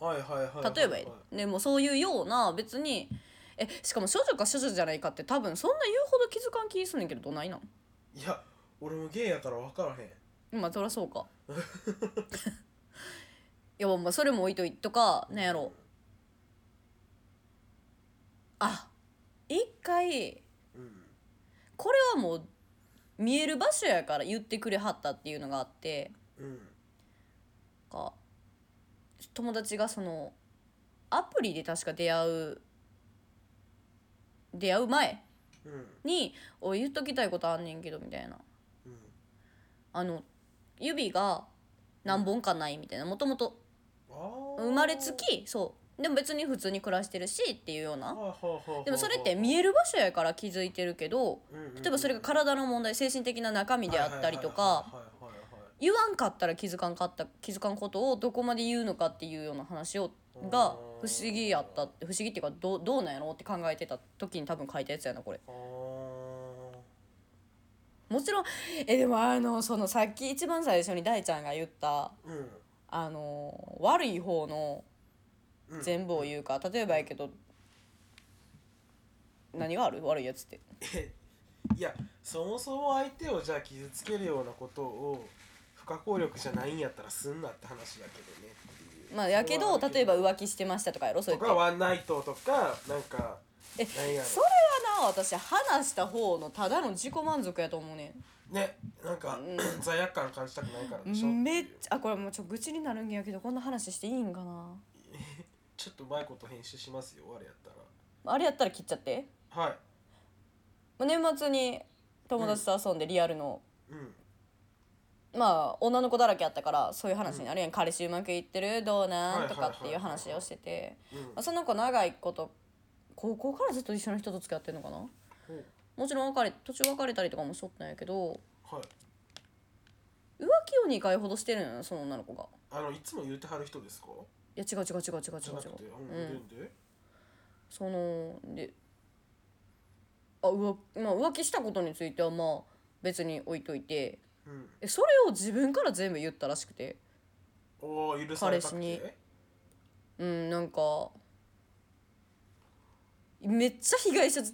[SPEAKER 1] ーはいはいはいはいはい
[SPEAKER 2] 例えばやでもそういうような別にえしかも処女か処女じゃないかって多分そんな言うほど気づかん気すんねんけどどないなん
[SPEAKER 1] いや俺もゲイやから分からへん
[SPEAKER 2] まあそりゃそうか いやまあそれも置いといてとかなんやろあ一回
[SPEAKER 1] うん
[SPEAKER 2] これはもう見える場所やから言ってくれはったっていうのがあって
[SPEAKER 1] うん
[SPEAKER 2] か友達がそのアプリで確か出会う出会う前
[SPEAKER 1] うん
[SPEAKER 2] に「おい言っときたいことあんねんけど」みたいな
[SPEAKER 1] うん
[SPEAKER 2] あの指が何本かないみたいなもともと
[SPEAKER 1] あー
[SPEAKER 2] 生まれつきそうでも別に普通に暮らしてるしっていうよう
[SPEAKER 1] は
[SPEAKER 2] な
[SPEAKER 1] いはいはいはいはい
[SPEAKER 2] でもそれって見える場所やから気づいてるけど
[SPEAKER 1] うんうんうん
[SPEAKER 2] 例えばそれが体の問題精神的な中身であったりとか
[SPEAKER 1] はいはいはいはいはい
[SPEAKER 2] 言わんかったら気づかんかった気づかんことをどこまで言うのかっていうような話を
[SPEAKER 1] うん
[SPEAKER 2] が不思議やったって不思議っていうかどうどうなんやろうって考えてた時に多分書いたやつやなこれ。
[SPEAKER 1] あー
[SPEAKER 2] もちろんえでもあのそのさっき一番最初に大ちゃんが言った
[SPEAKER 1] うん
[SPEAKER 2] あの悪い方の
[SPEAKER 1] うん
[SPEAKER 2] 全部を言うか、例えばやけど何がある悪いやつって
[SPEAKER 1] いやそもそも相手をじゃあ傷つけるようなことを不可抗力じゃないんやったらすんなって話だけどねっていう
[SPEAKER 2] まあやけ
[SPEAKER 1] そ
[SPEAKER 2] ど
[SPEAKER 1] れはある
[SPEAKER 2] 例えば浮気してましたとかやろそれ
[SPEAKER 1] と
[SPEAKER 2] って
[SPEAKER 1] かワンナイトとかなんか
[SPEAKER 2] え
[SPEAKER 1] なんや
[SPEAKER 2] それはな私話した方のただの自己満足やと思うね
[SPEAKER 1] ろねなんか、
[SPEAKER 2] う
[SPEAKER 1] 罪悪感感じたくないからでしょ
[SPEAKER 2] んめっ
[SPEAKER 1] っていう
[SPEAKER 2] ちゃあこれもうちょっと愚痴になるんやけどこんな話していいんかな
[SPEAKER 1] ちょっとうまいこと編集しますよあれやった
[SPEAKER 2] あれやったら切っちゃって
[SPEAKER 1] らはい
[SPEAKER 2] まあ年末に友達と遊んでリアルの、
[SPEAKER 1] うん
[SPEAKER 2] まあ女の子だらけやったからそういう話になるやん、彼氏うまくいってるどうなんとかっていう話をしてて
[SPEAKER 1] うん
[SPEAKER 2] まあその子長いこと高校からずっと一緒の人と付き合ってんのかな
[SPEAKER 1] ほう
[SPEAKER 2] もちろん別れ途中別れたりとかもしとったんやけど
[SPEAKER 1] はい
[SPEAKER 2] 浮気を2回ほどしてるのよその女の子が
[SPEAKER 1] あのいつも言うてはる人ですか
[SPEAKER 2] いや違う違う違う違う
[SPEAKER 1] じゃ
[SPEAKER 2] 違
[SPEAKER 1] なく
[SPEAKER 2] う
[SPEAKER 1] て
[SPEAKER 2] 違う
[SPEAKER 1] うん、
[SPEAKER 2] うん
[SPEAKER 1] なんで
[SPEAKER 2] そのであ浮,、まあ、浮気したことについてはまあ別に置いといて
[SPEAKER 1] うん
[SPEAKER 2] えそれを自分から全部言ったらしくて
[SPEAKER 1] おー許されたくて
[SPEAKER 2] 彼氏にうんなんかめっちゃ被害者ず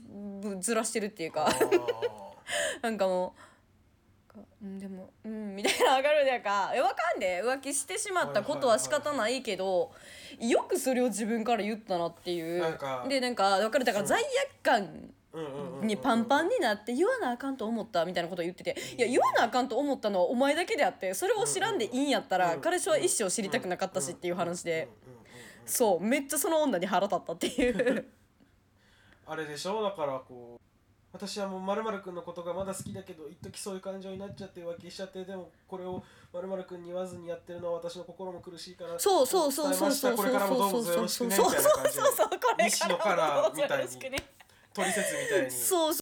[SPEAKER 2] ずらしてるっていう
[SPEAKER 1] あ
[SPEAKER 2] か
[SPEAKER 1] ー
[SPEAKER 2] なんかもうなんかうんでもうんみたいな上がるなんかえわかんねえ浮気してしまったことは仕方ないけどよくそれを自分から言ったなっていう
[SPEAKER 1] なんか
[SPEAKER 2] でなんか分かるだから
[SPEAKER 1] そう
[SPEAKER 2] 罪悪感
[SPEAKER 1] うんうんうんうん、
[SPEAKER 2] にパンパンになって言わなあかんと思ったみたいなことを言ってていや言わなあかんと思ったのはお前だけであってそれを知らんでいいんやった
[SPEAKER 1] うん
[SPEAKER 2] ら
[SPEAKER 1] うん
[SPEAKER 2] 彼氏は一生知りたくなかったしっていう話で
[SPEAKER 1] うんうんうんうん
[SPEAKER 2] そうめっちゃその女に腹立ったっていう
[SPEAKER 1] あれでしょだからこう私はもうまるくんのことがまだ好きだけど一時そういう感情になっちゃって浮気しちゃってでもこれをまるくんに言わずにやってるのは私の心も苦しいから
[SPEAKER 2] そうそうそうそう
[SPEAKER 1] 伝
[SPEAKER 2] そ
[SPEAKER 1] え
[SPEAKER 2] う
[SPEAKER 1] ましたこ
[SPEAKER 2] そ
[SPEAKER 1] れからもどう
[SPEAKER 2] うそうそう
[SPEAKER 1] もよ
[SPEAKER 2] そ
[SPEAKER 1] ろ
[SPEAKER 2] う
[SPEAKER 1] し
[SPEAKER 2] そ
[SPEAKER 1] く
[SPEAKER 2] う
[SPEAKER 1] ね
[SPEAKER 2] そ
[SPEAKER 1] みたいな感じで西野
[SPEAKER 2] うそうこれか
[SPEAKER 1] からら
[SPEAKER 2] も
[SPEAKER 1] みたい
[SPEAKER 2] よろしくね
[SPEAKER 1] に取説みたいに
[SPEAKER 2] そう
[SPEAKER 1] ね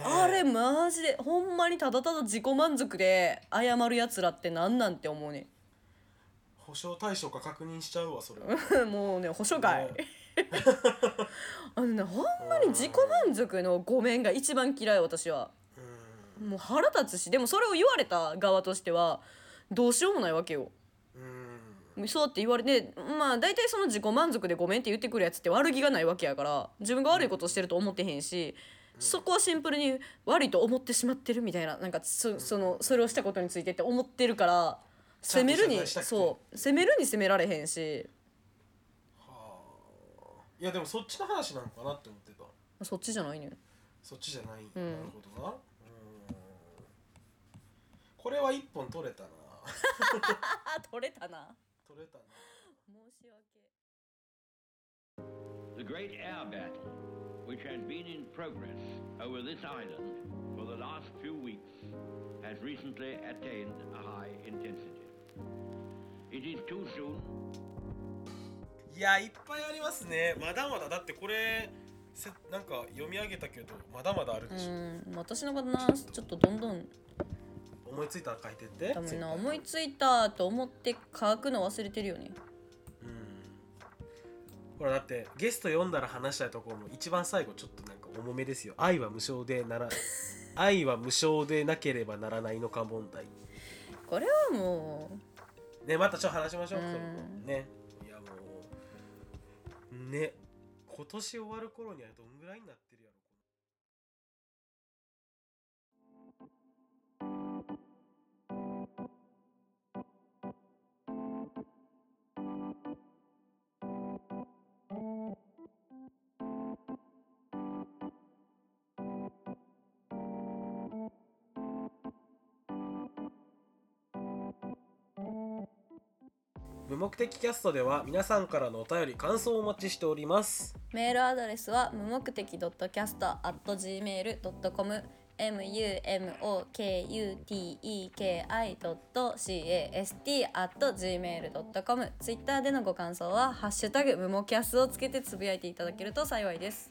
[SPEAKER 1] え
[SPEAKER 2] あれマジでほんまにただただ自己満足で謝るやつらってなんなんて思うね
[SPEAKER 1] 保証対象か確認しちゃうわそれは
[SPEAKER 2] もうね保証会
[SPEAKER 1] ね
[SPEAKER 2] あのねほんまに自己満足のごめんが一番嫌い私は
[SPEAKER 1] う
[SPEAKER 2] もう腹立つしでもそれを言われた側としてはどうしようもないわけよ
[SPEAKER 1] んうん
[SPEAKER 2] そうって言われてまあ大体その自己満足でごめんって言ってくるやつって悪気がないわけやから自分が悪いことをしてると思ってへんしそこはシンプルに悪いと思ってしまってるみたいななんかそそのそれをしたことについてって思ってるから
[SPEAKER 1] ちゃ
[SPEAKER 2] 責
[SPEAKER 1] んと
[SPEAKER 2] めるに
[SPEAKER 1] 謝罪したくて
[SPEAKER 2] そう責めるに責められへんし
[SPEAKER 1] はあいやでもそっちの話なのかなって思ってた
[SPEAKER 2] そっちじゃないねん
[SPEAKER 1] そっちじゃない、
[SPEAKER 2] うん
[SPEAKER 1] なるほどなうんこれは一本取れたな
[SPEAKER 2] あ取れたな
[SPEAKER 1] 取れたな
[SPEAKER 2] 申し訳
[SPEAKER 3] The great air battle, which has been in progress over this island for the last few weeks has recently attained a high intensity. It is too soon
[SPEAKER 1] いやいっぱいありますねまだまだだってこれせなんか読み上げたけどまだまだある
[SPEAKER 2] う
[SPEAKER 1] でしょ、
[SPEAKER 2] ん私のことなちょっとどんどん
[SPEAKER 1] 思いついたら書いてって
[SPEAKER 2] 多分
[SPEAKER 1] ツイッ
[SPEAKER 2] な
[SPEAKER 1] ター
[SPEAKER 2] 思いついたと思って書くの忘れてるよね
[SPEAKER 1] うんほらだってゲスト読んだら話したいところも一番最後ちょっとなんか重めですよ愛は無償で なら愛は無償でなければならないのか問題
[SPEAKER 2] これはも
[SPEAKER 1] ねまたちょっと話しましょう、
[SPEAKER 2] うん
[SPEAKER 1] それもねいやもうね今年終わる頃にはどんぐらいになってるやろ無目的キャストでは皆さんからのお便り感想をお待ちしております
[SPEAKER 2] うメールアドレスは無目的 .cast.gmail.com mumokuteki.cast.gmail.com ツイッターでのご感想は「ハッシュタグ無モキャス」をつけてつぶやいていただけると幸いです